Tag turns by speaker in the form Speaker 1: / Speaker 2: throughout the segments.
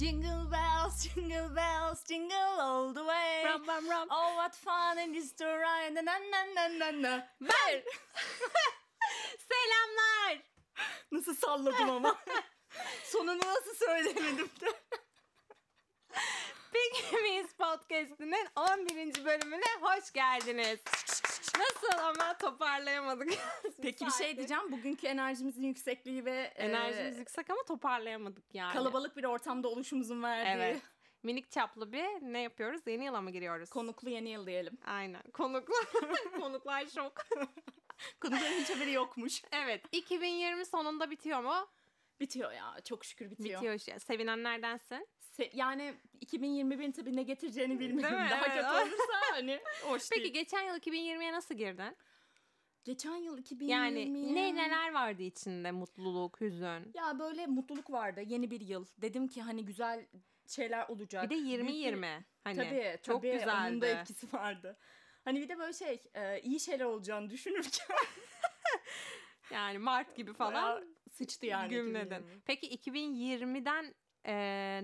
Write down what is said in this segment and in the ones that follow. Speaker 1: Jingle bells, jingle bells, jingle all the way.
Speaker 2: Ram ram ram.
Speaker 1: Oh what fun it is to ride. Na na na na na.
Speaker 2: Ben. Selamlar.
Speaker 1: Nasıl salladım ama. Sonunu nasıl söylemedim de.
Speaker 2: Peki Miss Podcast'inin 11. bölümüne hoş geldiniz. Nasıl ama toparlayamadık.
Speaker 1: Peki bir şey diyeceğim. Bugünkü enerjimizin yüksekliği ve e,
Speaker 2: Ee, Enerjimiz yüksek ama toparlayamadık yani.
Speaker 1: kalabalık bir ortamda oluşumuzun verdiği
Speaker 2: Evet. Minik çaplı bir ne yapıyoruz? Yeni yıla mı giriyoruz?
Speaker 1: konuklu yeni yıl diyelim.
Speaker 2: Aynen. Konuklar. Konuklar şok.
Speaker 1: Konukların hiç haberi yokmuş.
Speaker 2: evet. 2020 sonunda bitiyor mu?
Speaker 1: Bitiyor ya. Çok şükür bitiyor.
Speaker 2: Bitiyor. işte. Sevinenlerdensin.
Speaker 1: Se- yani 2021'in tabii ne getireceğini bilmiyorum.
Speaker 2: Değil mi?
Speaker 1: Daha
Speaker 2: Evet.
Speaker 1: kötü olursa hani hoş
Speaker 2: Peki
Speaker 1: değil.
Speaker 2: geçen yıl 2020'ye nasıl girdin?
Speaker 1: Geçen yıl 2020
Speaker 2: Yani
Speaker 1: ye-
Speaker 2: ne neler vardı içinde? Mutluluk, hüzün.
Speaker 1: Ya böyle mutluluk vardı. Yeni bir yıl. Dedim ki hani güzel şeyler olacak.
Speaker 2: Bir de 20
Speaker 1: Büyük bir-
Speaker 2: 20. Hani
Speaker 1: Tabii,
Speaker 2: çok
Speaker 1: tabii. Onun da
Speaker 2: güzeldi.
Speaker 1: etkisi vardı. Hani bir de böyle şey e, iyi şeyler olacağını düşünürken
Speaker 2: Yani Mart gibi
Speaker 1: bayağı
Speaker 2: falan
Speaker 1: sıçtı yani.
Speaker 2: gümledin.
Speaker 1: 2020.
Speaker 2: Peki 2020'den e,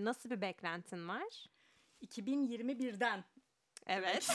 Speaker 2: nasıl bir beklentin var?
Speaker 1: 2021'den.
Speaker 2: Evet.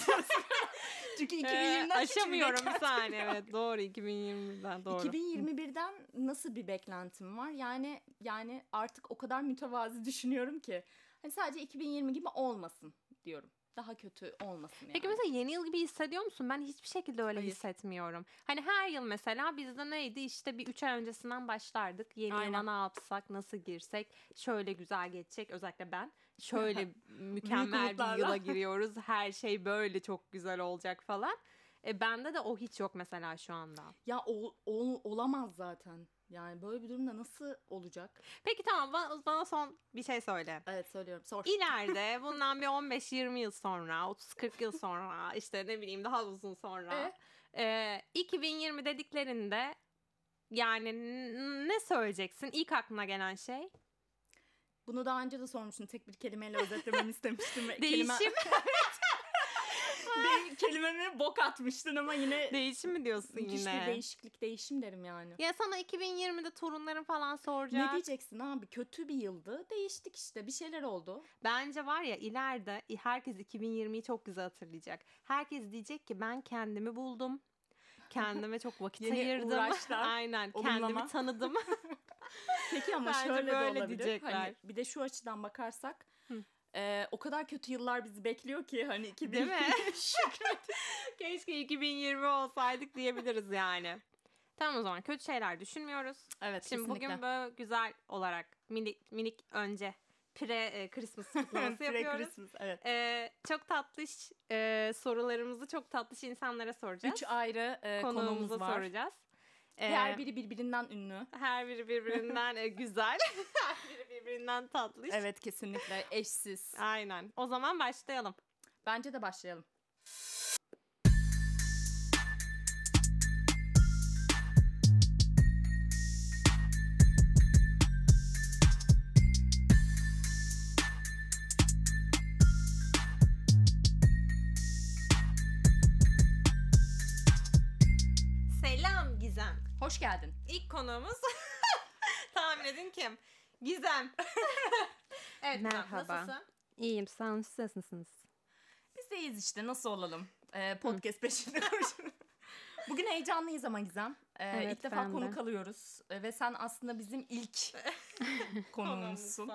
Speaker 1: Çünkü
Speaker 2: E,
Speaker 1: 2020'den hiçbir
Speaker 2: aşamıyorum bir
Speaker 1: beklentim
Speaker 2: saniye.
Speaker 1: yok.
Speaker 2: Evet doğru 2020'den doğru.
Speaker 1: 2021'den nasıl bir beklentim var? Yani yani artık o kadar mütevazi düşünüyorum ki. Hani sadece 2020 gibi olmasın diyorum. Daha kötü olmasın yani.
Speaker 2: Peki mesela yeni yıl gibi hissediyor musun? Ben hiçbir şekilde öyle
Speaker 1: Hayır.
Speaker 2: hissetmiyorum. Hani her yıl mesela bizde neydi? İşte bir üç ay öncesinden başlardık. Yeni yıla
Speaker 1: Aynen.
Speaker 2: ne yapsak, nasıl girsek, şöyle güzel geçecek. Özellikle ben şöyle mükemmel bir
Speaker 1: umutlarla.
Speaker 2: yıla giriyoruz. Her şey böyle çok güzel olacak falan. E, bende de o hiç yok mesela şu anda.
Speaker 1: Ya ol, ol- olamaz zaten. Yani böyle bir durumda nasıl olacak?
Speaker 2: Peki tamam bana, bana son bir şey söyle.
Speaker 1: Evet söylüyorum. Sor.
Speaker 2: İleride bundan bir 15-20 yıl sonra, 30-40 yıl sonra, işte ne bileyim daha uzun sonra. e, 2020 dediklerinde yani n- ne söyleyeceksin? İlk aklına gelen şey?
Speaker 1: Bunu daha önce de sormuştun. Tek bir kelimeyle özetlememi istemiştim. ve
Speaker 2: Değişim.
Speaker 1: Kelime, Değil- kelimemi bok atmıştın ama yine
Speaker 2: Değişim mi diyorsun
Speaker 1: müthiş bir
Speaker 2: yine?
Speaker 1: değişiklik, değişim derim yani.
Speaker 2: Ya sana 2020'de torunların falan soracak.
Speaker 1: Ne diyeceksin abi? Kötü bir yıldı. Değiştik işte. Bir şeyler oldu.
Speaker 2: Bence var ya ileride herkes 2020'yi çok güzel hatırlayacak. Herkes diyecek ki ben kendimi buldum. Kendime çok vakit
Speaker 1: Yeni
Speaker 2: ayırdım.
Speaker 1: uğraşlar,
Speaker 2: Aynen. Kendimi
Speaker 1: olumlama.
Speaker 2: tanıdım.
Speaker 1: Peki ama
Speaker 2: Bence
Speaker 1: şöyle
Speaker 2: böyle
Speaker 1: de olabilir.
Speaker 2: diyecekler.
Speaker 1: Hani bir de şu açıdan bakarsak e, o kadar kötü yıllar bizi bekliyor ki hani 2000
Speaker 2: Değil mi? Keşke 2020 olsaydık diyebiliriz yani. Tamam o zaman kötü şeyler düşünmüyoruz.
Speaker 1: Evet
Speaker 2: Şimdi
Speaker 1: kesinlikle.
Speaker 2: bugün böyle güzel olarak minik minik önce pre e, Christmas kutlaması
Speaker 1: Pre
Speaker 2: yapıyoruz.
Speaker 1: Christmas, evet.
Speaker 2: E, çok tatlış e, sorularımızı çok tatlış insanlara soracağız.
Speaker 1: Üç ayrı e, konumuz
Speaker 2: Konuğumuza
Speaker 1: var.
Speaker 2: soracağız. E,
Speaker 1: Her biri birbirinden ünlü.
Speaker 2: her biri birbirinden e, güzel. her biri birbirinden tatlış.
Speaker 1: Evet kesinlikle eşsiz.
Speaker 2: Aynen. O zaman başlayalım.
Speaker 1: Bence de başlayalım.
Speaker 2: Selam Gizem.
Speaker 1: Hoş geldin.
Speaker 2: İlk konuğumuz tahmin edin kim? Gizem. evet
Speaker 3: Merhaba.
Speaker 2: Gizem, nasılsın?
Speaker 3: İyiyim sağ olun siz nasılsınız?
Speaker 1: Biz deyiz işte nasıl olalım? E, podcast peşinde koşuyoruz. Bugün heyecanlıyız ama Gizem. E,
Speaker 3: Evet,
Speaker 1: ilk defa
Speaker 3: ben de.
Speaker 1: konuk alıyoruz. E, ve sen aslında bizim ilk konuğumuzsun.
Speaker 2: Konuğumuzsun.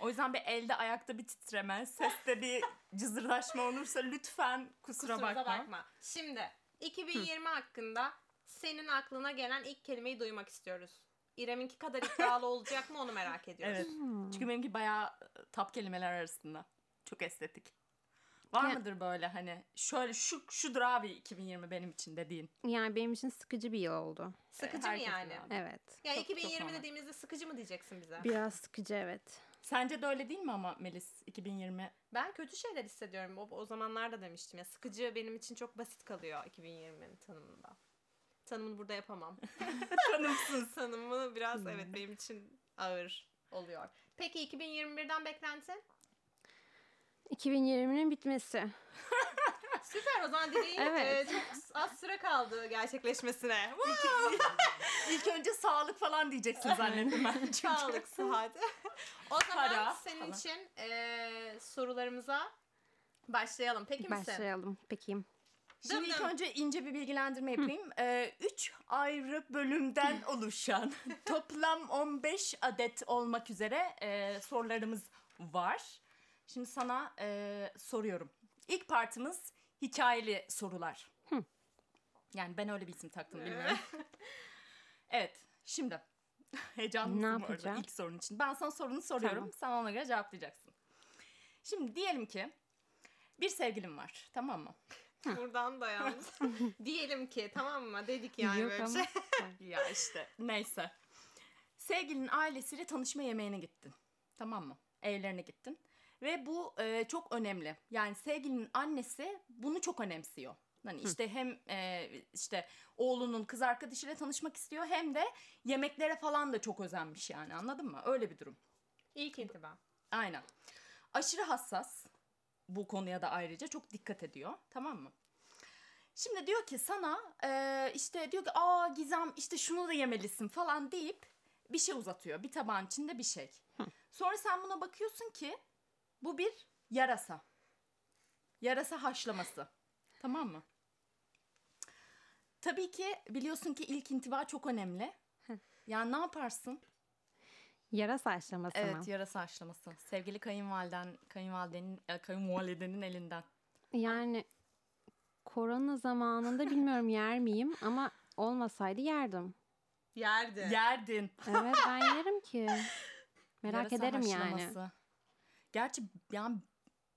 Speaker 1: O yüzden bir elde ayakta bir titreme, seste bir cızırdaşma olursa lütfen kusura,
Speaker 2: Kusurumuza
Speaker 1: bakma.
Speaker 2: bakma. Şimdi 2020 hakkında senin aklına gelen ilk kelimeyi duymak istiyoruz. İrem'inki kadar iddialı olacak mı onu merak ediyoruz.
Speaker 1: Evet. Çünkü benimki bayağı e, tap kelimeler arasında. Çok estetik. Var
Speaker 3: Ya-
Speaker 1: mıdır böyle hani şöyle şu şudur abi 2020 benim için dediğin.
Speaker 3: Yani benim için sıkıcı bir yıl oldu.
Speaker 2: Sıkıcı mı
Speaker 1: Herkesin
Speaker 2: yani?
Speaker 1: abi.
Speaker 3: Evet.
Speaker 2: Yani
Speaker 1: Çok- çok
Speaker 2: 2020
Speaker 1: normal.
Speaker 2: dediğimizde sıkıcı mı diyeceksin bize?
Speaker 3: Biraz sıkıcı evet.
Speaker 1: Sence de öyle değil mi ama Melis 2020?
Speaker 2: Ben kötü şeyler hissediyorum. O, o zamanlar da demiştim ya. Sıkıcı benim için çok basit kalıyor 2020'nin tanımında. Tanımını burada yapamam. Tanımsız. Tanımı biraz evet
Speaker 1: Hmm.
Speaker 2: benim için ağır oluyor. Peki 2021'den beklentin?
Speaker 3: 2020'nin bitmesi.
Speaker 2: Süper o zaman dileğin
Speaker 3: Evet.
Speaker 2: e, çok az süre kaldı gerçekleşmesine. Woo!
Speaker 1: İlk önce sağlık falan diyeceksin zannettim ben. çünkü.
Speaker 2: Sağlık, sıhhat. o zaman
Speaker 1: Para
Speaker 2: senin
Speaker 1: falan.
Speaker 2: için e, sorularımıza başlayalım. Peki misin?
Speaker 3: Başlayalım. Peki.
Speaker 1: Şimdi
Speaker 2: Dım
Speaker 1: ilk
Speaker 2: dım.
Speaker 1: önce ince bir bilgilendirme yapayım. Ee, üç ayrı bölümden oluşan toplam 15 adet olmak üzere e, sorularımız var. Şimdi sana e, soruyorum. İlk partımız hikayeli sorular. Yani ben öyle bir isim taktım bilmiyorum. evet şimdi heyecanlı
Speaker 3: Ne
Speaker 1: mısın bu arada
Speaker 3: yapacağım?
Speaker 1: ilk sorun için? Ben sana sorunu soruyorum.
Speaker 3: Tamam.
Speaker 1: Sen ona göre cevaplayacaksın. Şimdi diyelim ki bir sevgilim var tamam mı?
Speaker 2: Buradan da yalnız. Diyelim ki tamam mı? Dedik yani
Speaker 3: Yok
Speaker 2: böyle bir
Speaker 3: ama.
Speaker 2: şey.
Speaker 1: Ya işte neyse. Sevgilinin ailesiyle tanışma yemeğine gittin. Tamam mı? Evlerine gittin. Ve bu e, çok önemli. Yani sevgilinin annesi bunu çok önemsiyor. Hani işte hem e, işte oğlunun kız arkadaşıyla tanışmak istiyor hem de yemeklere falan da çok özenmiş yani anladın mı? Öyle bir durum.
Speaker 2: İlk intiba.
Speaker 1: Aynen. Aşırı hassas bu konuya da ayrıca çok dikkat ediyor tamam mı? Şimdi diyor ki sana eee, işte diyor ki aa Gizem işte şunu da yemelisin falan deyip bir şey uzatıyor. Bir tabağın içinde bir şey. Sonra sen buna bakıyorsun ki bu bir yarasa. Yarasa haşlaması. Tamam mı? Tabii ki biliyorsun ki ilk intiba çok önemli. Yani ne yaparsın?
Speaker 3: Yara saçlaması
Speaker 1: Evet
Speaker 3: mı?
Speaker 1: yarası haşlaması. Sevgili kayınvaliden, kayınvalidenin, e, kayınvalidenin elinden.
Speaker 3: Yani korona zamanında bilmiyorum yer miyim ama olmasaydı yerdim.
Speaker 2: Yerde.
Speaker 1: Yerdin.
Speaker 3: Evet ben yerim ki. Merak
Speaker 1: Yarasa
Speaker 3: ederim yani.
Speaker 1: haşlaması. Gerçi yani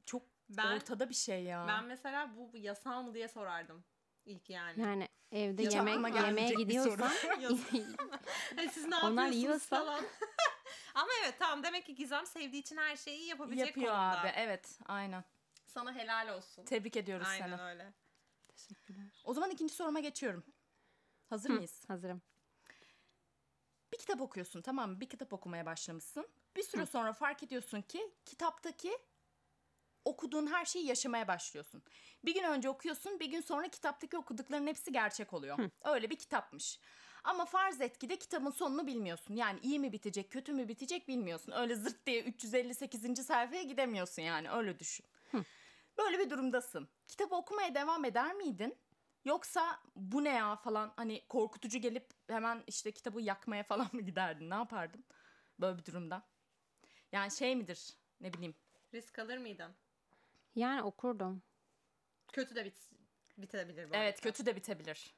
Speaker 1: çok
Speaker 2: ben
Speaker 1: ortada bir şey ya.
Speaker 2: ben mesela bu, bu yasal mı diye sorardım ilk yani.
Speaker 3: Yani evde
Speaker 2: Hiç aklıma
Speaker 3: yemek yemeğe
Speaker 1: gelmeyecek bir soru.
Speaker 3: gidiyorsam
Speaker 2: Hani siz ne
Speaker 3: Onlar
Speaker 2: yapıyorsunuz
Speaker 3: yiyorsa-
Speaker 2: falan. Ama evet tamam demek ki Gizem sevdiği için her şeyi yapabilecek
Speaker 1: Yapıyor
Speaker 2: konumda.
Speaker 1: abi evet aynen.
Speaker 2: Sana helal olsun.
Speaker 1: Tebrik ediyoruz
Speaker 2: Aynen
Speaker 1: seni.
Speaker 2: öyle.
Speaker 3: Teşekkürler.
Speaker 1: O zaman ikinci soruma geçiyorum. Hazır mıyız?
Speaker 3: Hazırım.
Speaker 1: Bir kitap okuyorsun tamam mı? Bir kitap okumaya başlamışsın. Bir süre sonra fark ediyorsun ki kitaptaki okuduğun her şeyi yaşamaya başlıyorsun. Bir gün önce okuyorsun, bir gün sonra kitaptaki okudukların hepsi gerçek oluyor. Öyle bir kitapmış. Ama farz et ki de kitabın sonunu bilmiyorsun. Yani iyi mi bitecek, kötü mü bitecek bilmiyorsun. Öyle zırt diye 358. sayfaya gidemiyorsun yani öyle düşün. Böyle bir durumdasın. Kitabı okumaya devam eder miydin? Yoksa bu ne ya falan hani korkutucu gelip hemen işte kitabı yakmaya falan mı giderdin? Ne yapardın böyle bir durumda? Yani şey midir ne bileyim
Speaker 2: Risk alır mıydın?
Speaker 3: Yani okurdum.
Speaker 2: Kötü de bit bitebilir bu.
Speaker 1: Evet
Speaker 2: arada.
Speaker 1: kötü de bitebilir.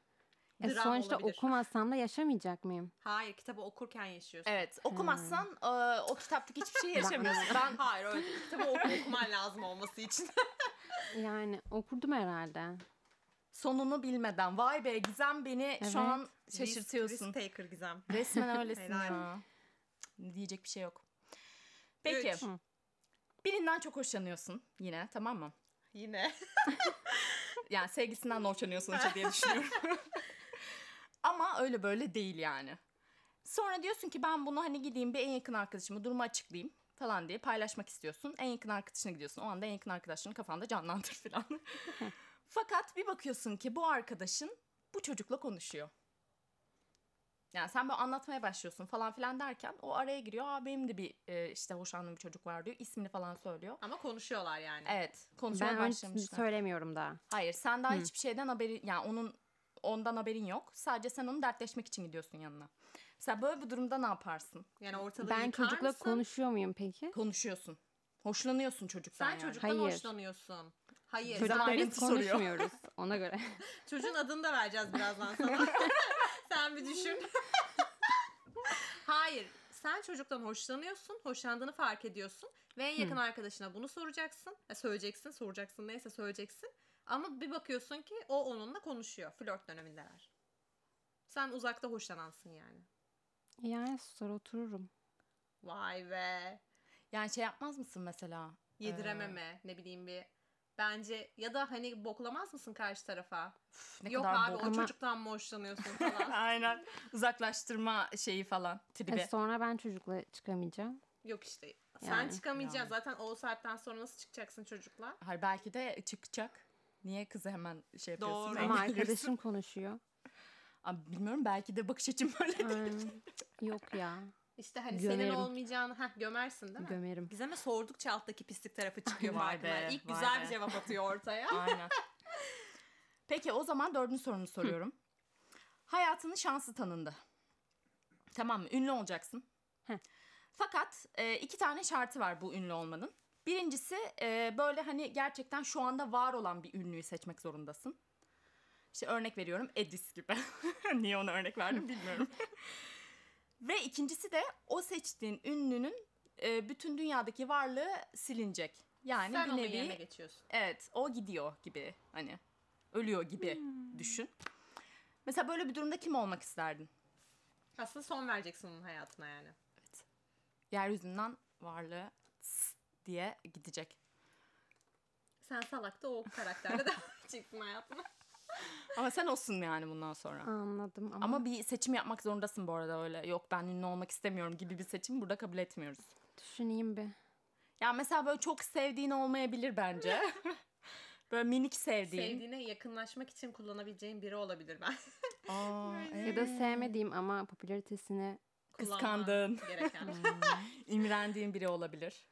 Speaker 3: E
Speaker 2: Dram
Speaker 3: sonuçta
Speaker 2: olabilir.
Speaker 3: okumasam da yaşamayacak mıyım?
Speaker 2: Hayır kitabı okurken yaşıyorsun.
Speaker 1: Evet okumazsan e, o kitaptaki hiçbir şey yaşamıyorsun.
Speaker 2: Ben hayır öyle değil. kitabı oku- okuman lazım olması için.
Speaker 3: Yani okurdum herhalde.
Speaker 1: Sonunu bilmeden vay be Gizem beni
Speaker 3: Evet.
Speaker 1: şu an
Speaker 2: Risk,
Speaker 1: şaşırtıyorsun.
Speaker 2: risk taker Gizem.
Speaker 1: Resmen öylesin
Speaker 2: Helal.
Speaker 1: ya. Diyecek bir şey yok. Peki
Speaker 2: Üç.
Speaker 3: Hı.
Speaker 1: birinden çok hoşlanıyorsun yine tamam mı?
Speaker 2: Yine.
Speaker 1: Yani sevgisinden de hoşlanıyorsun işte diye düşünüyorum. Ama öyle böyle değil yani. Sonra diyorsun ki ben bunu hani gideyim bir en yakın arkadaşımı durumu açıklayayım falan diye paylaşmak istiyorsun. En yakın arkadaşına gidiyorsun. O anda en yakın arkadaşını kafanda canlandır falan. Fakat bir bakıyorsun ki bu arkadaşın bu çocukla konuşuyor. Yani sen böyle anlatmaya başlıyorsun falan filan derken o araya giriyor. Aa benim de bir e, işte hoşlandığım bir çocuk var diyor. İsmini falan söylüyor.
Speaker 2: Ama konuşuyorlar yani.
Speaker 1: Evet konuşmaya
Speaker 3: Ben öncesinde
Speaker 1: başlamışlar.
Speaker 3: söylemiyorum daha.
Speaker 1: Hayır sen daha hiçbir şeyden haberin yani onun ondan haberin yok. Sadece sen onu dertleşmek için gidiyorsun yanına. Mesela böyle bir durumda ne yaparsın?
Speaker 2: Yani ortalığı
Speaker 3: Ben
Speaker 2: yıkar
Speaker 3: çocukla
Speaker 2: mısın?
Speaker 3: konuşuyor muyum peki?
Speaker 1: Konuşuyorsun. Hoşlanıyorsun çocuktan
Speaker 2: Sen
Speaker 1: yani.
Speaker 2: çocuktan
Speaker 3: Hayır.
Speaker 2: hoşlanıyorsun. Hayır.
Speaker 1: Çocuk-
Speaker 3: Çocukla biz
Speaker 1: ayrıntı soruyor.
Speaker 3: konuşmuyoruz ona göre.
Speaker 2: Çocuğun adını da vereceğiz birazdan sana. sen bir düşün. Hayır. Sen çocuktan hoşlanıyorsun, hoşlandığını fark ediyorsun ve en yakın arkadaşına bunu soracaksın. E, söyleyeceksin, soracaksın neyse söyleyeceksin. Ama bir bakıyorsun ki o onunla konuşuyor. Flört dönemindeler. Sen uzakta hoşlanansın yani.
Speaker 3: Yani susar otururum.
Speaker 2: Vay be.
Speaker 1: Yani şey yapmaz mısın mesela?
Speaker 2: Yedirememe, ne bileyim bir bence ya da hani boklamaz mısın karşı tarafa?
Speaker 1: Üf, ne
Speaker 2: Yok
Speaker 1: kadar
Speaker 2: abi
Speaker 1: bok.
Speaker 2: o
Speaker 3: Ama-
Speaker 2: çocuktan mı hoşlanıyorsun falan.
Speaker 1: Aynen. Uzaklaştırma şeyi falan.
Speaker 3: E,
Speaker 1: Tribi.
Speaker 3: sonra ben çocukla çıkamayacağım.
Speaker 2: Yok işte. Sen
Speaker 3: Yani.
Speaker 2: çıkamayacaksın.
Speaker 1: Yani.
Speaker 2: Zaten o saatten sonra nasıl çıkacaksın çocukla?
Speaker 1: Hayır belki de çıkacak. Niye kızı hemen şey yapıyorsun?
Speaker 2: Doğru.
Speaker 3: Ama
Speaker 1: engelliyorsun?
Speaker 3: arkadaşım konuşuyor.
Speaker 1: Abi bilmiyorum belki de bakış açım böyle.
Speaker 3: Aynen. Yok ya.
Speaker 2: İşte hani senin
Speaker 3: Gömerim.
Speaker 2: olmayacağını heh, gömersin değil mi?
Speaker 3: Gömerim.
Speaker 2: Gizem'e sordukça alttaki pislik tarafı çıkıyor
Speaker 1: Vay
Speaker 2: farkına.
Speaker 1: be,
Speaker 2: İlk
Speaker 1: vay
Speaker 2: güzel
Speaker 1: be.
Speaker 2: bir cevap atıyor ortaya.
Speaker 1: Aynen. Peki o zaman dördüncü sorumu soruyorum. Hayatının şansı tanındı. Tamam mı? Ünlü olacaksın.
Speaker 3: Hı.
Speaker 1: Fakat e, iki tane şartı var bu ünlü olmanın. Birincisi e, böyle hani gerçekten şu anda var olan bir ünlüyü seçmek zorundasın. İşte örnek veriyorum Edis gibi. Niye ona örnek verdim bilmiyorum. Ve ikincisi de o seçtiğin ünlünün e, bütün dünyadaki varlığı silinecek. Yani
Speaker 2: Sen
Speaker 1: bir
Speaker 2: onun
Speaker 1: nevi
Speaker 2: yerine geçiyorsun.
Speaker 1: Evet o gidiyor gibi hani ölüyor gibi düşün. Mesela böyle bir durumda kim olmak isterdin?
Speaker 2: Aslında son vereceksin onun hayatına yani.
Speaker 1: Yeryüzünden varlığı tıs diye gidecek.
Speaker 2: Sen salak da o karakterle devam edeceksin hayatına.
Speaker 1: Ama sen olsun yani bundan sonra.
Speaker 3: Anladım ama,
Speaker 1: Ama bir seçim yapmak zorundasın bu arada öyle. Yok ben ünlü olmak istemiyorum gibi bir seçim burada kabul etmiyoruz.
Speaker 3: düşüneyim bir.
Speaker 1: Ya mesela böyle çok sevdiğin olmayabilir bence. böyle minik sevdiğin.
Speaker 2: Sevdiğine yakınlaşmak için kullanabileceğin biri olabilir ben.
Speaker 1: Aa,
Speaker 3: Ya da
Speaker 1: evet.
Speaker 3: sevmediğim ama popülaritesini
Speaker 2: Kullanman
Speaker 1: Kıskandığın.
Speaker 2: Gereken.
Speaker 1: İmrendiğin biri olabilir.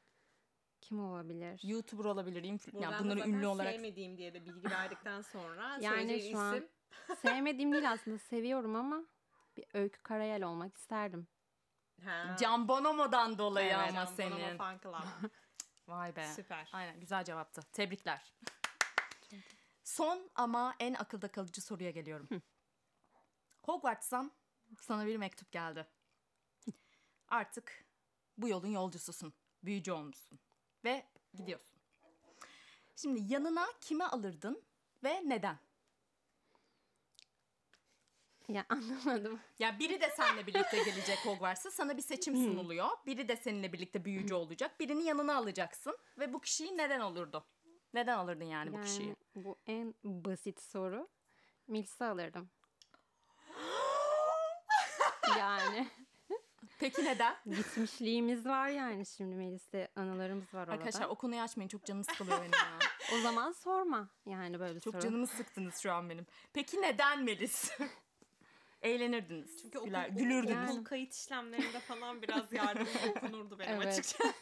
Speaker 3: kim olabilir?
Speaker 1: YouTuber olabilir. Influ-
Speaker 2: Buradan
Speaker 1: yani
Speaker 2: da
Speaker 1: bunları
Speaker 2: zaten
Speaker 1: ünlü olarak
Speaker 2: sevmediğim diye de bilgi verdikten sonra
Speaker 3: Yani
Speaker 2: söyleyeceğin
Speaker 3: şu an-
Speaker 2: isim
Speaker 3: Sevmediğim değil aslında seviyorum ama bir Öykü Karayel olmak isterdim.
Speaker 2: Ha,
Speaker 1: Can Bonomo'dan dolayı
Speaker 3: Evet,
Speaker 1: ama
Speaker 2: Can Bonomo
Speaker 1: senin.
Speaker 2: Fan Club.
Speaker 1: Vay be.
Speaker 2: Süper.
Speaker 1: Aynen güzel cevaptı. Tebrikler. Son ama en akılda kalıcı soruya geliyorum. Hogwarts'tan sana bir mektup geldi. Artık bu yolun yolcususun. Büyücü olmuşsun. Ve gidiyorsun. Şimdi yanına kime alırdın ve neden?
Speaker 3: Ya anlamadım.
Speaker 1: Ya biri de seninle birlikte gelecek Hogwarts'a. Sana bir seçim sunuluyor. Biri de seninle birlikte büyücü olacak. Birini yanına alacaksın. Ve bu kişiyi neden olurdu? Neden alırdın yani, bu kişiyi?
Speaker 3: Yani bu en basit soru. Mils'i alırdım. yani
Speaker 1: Peki neden?
Speaker 3: gitmişliğimiz var yani şimdi Melis'le anılarımız var orada.
Speaker 1: Arkadaşlar o konuyu açmayın. Çok canım sıkılıyor benim ya.
Speaker 3: o zaman sorma yani böyle bir
Speaker 1: Çok
Speaker 3: soru.
Speaker 1: canımı sıktınız şu an benim. Peki neden Melis? Eğlenirdiniz.
Speaker 2: Çünkü okul,
Speaker 1: Güler-
Speaker 2: okul-
Speaker 1: gülürdünüz.
Speaker 2: okul kayıt işlemlerinde falan biraz yardım dokunurdu benim
Speaker 3: Evet.
Speaker 2: açıkçası.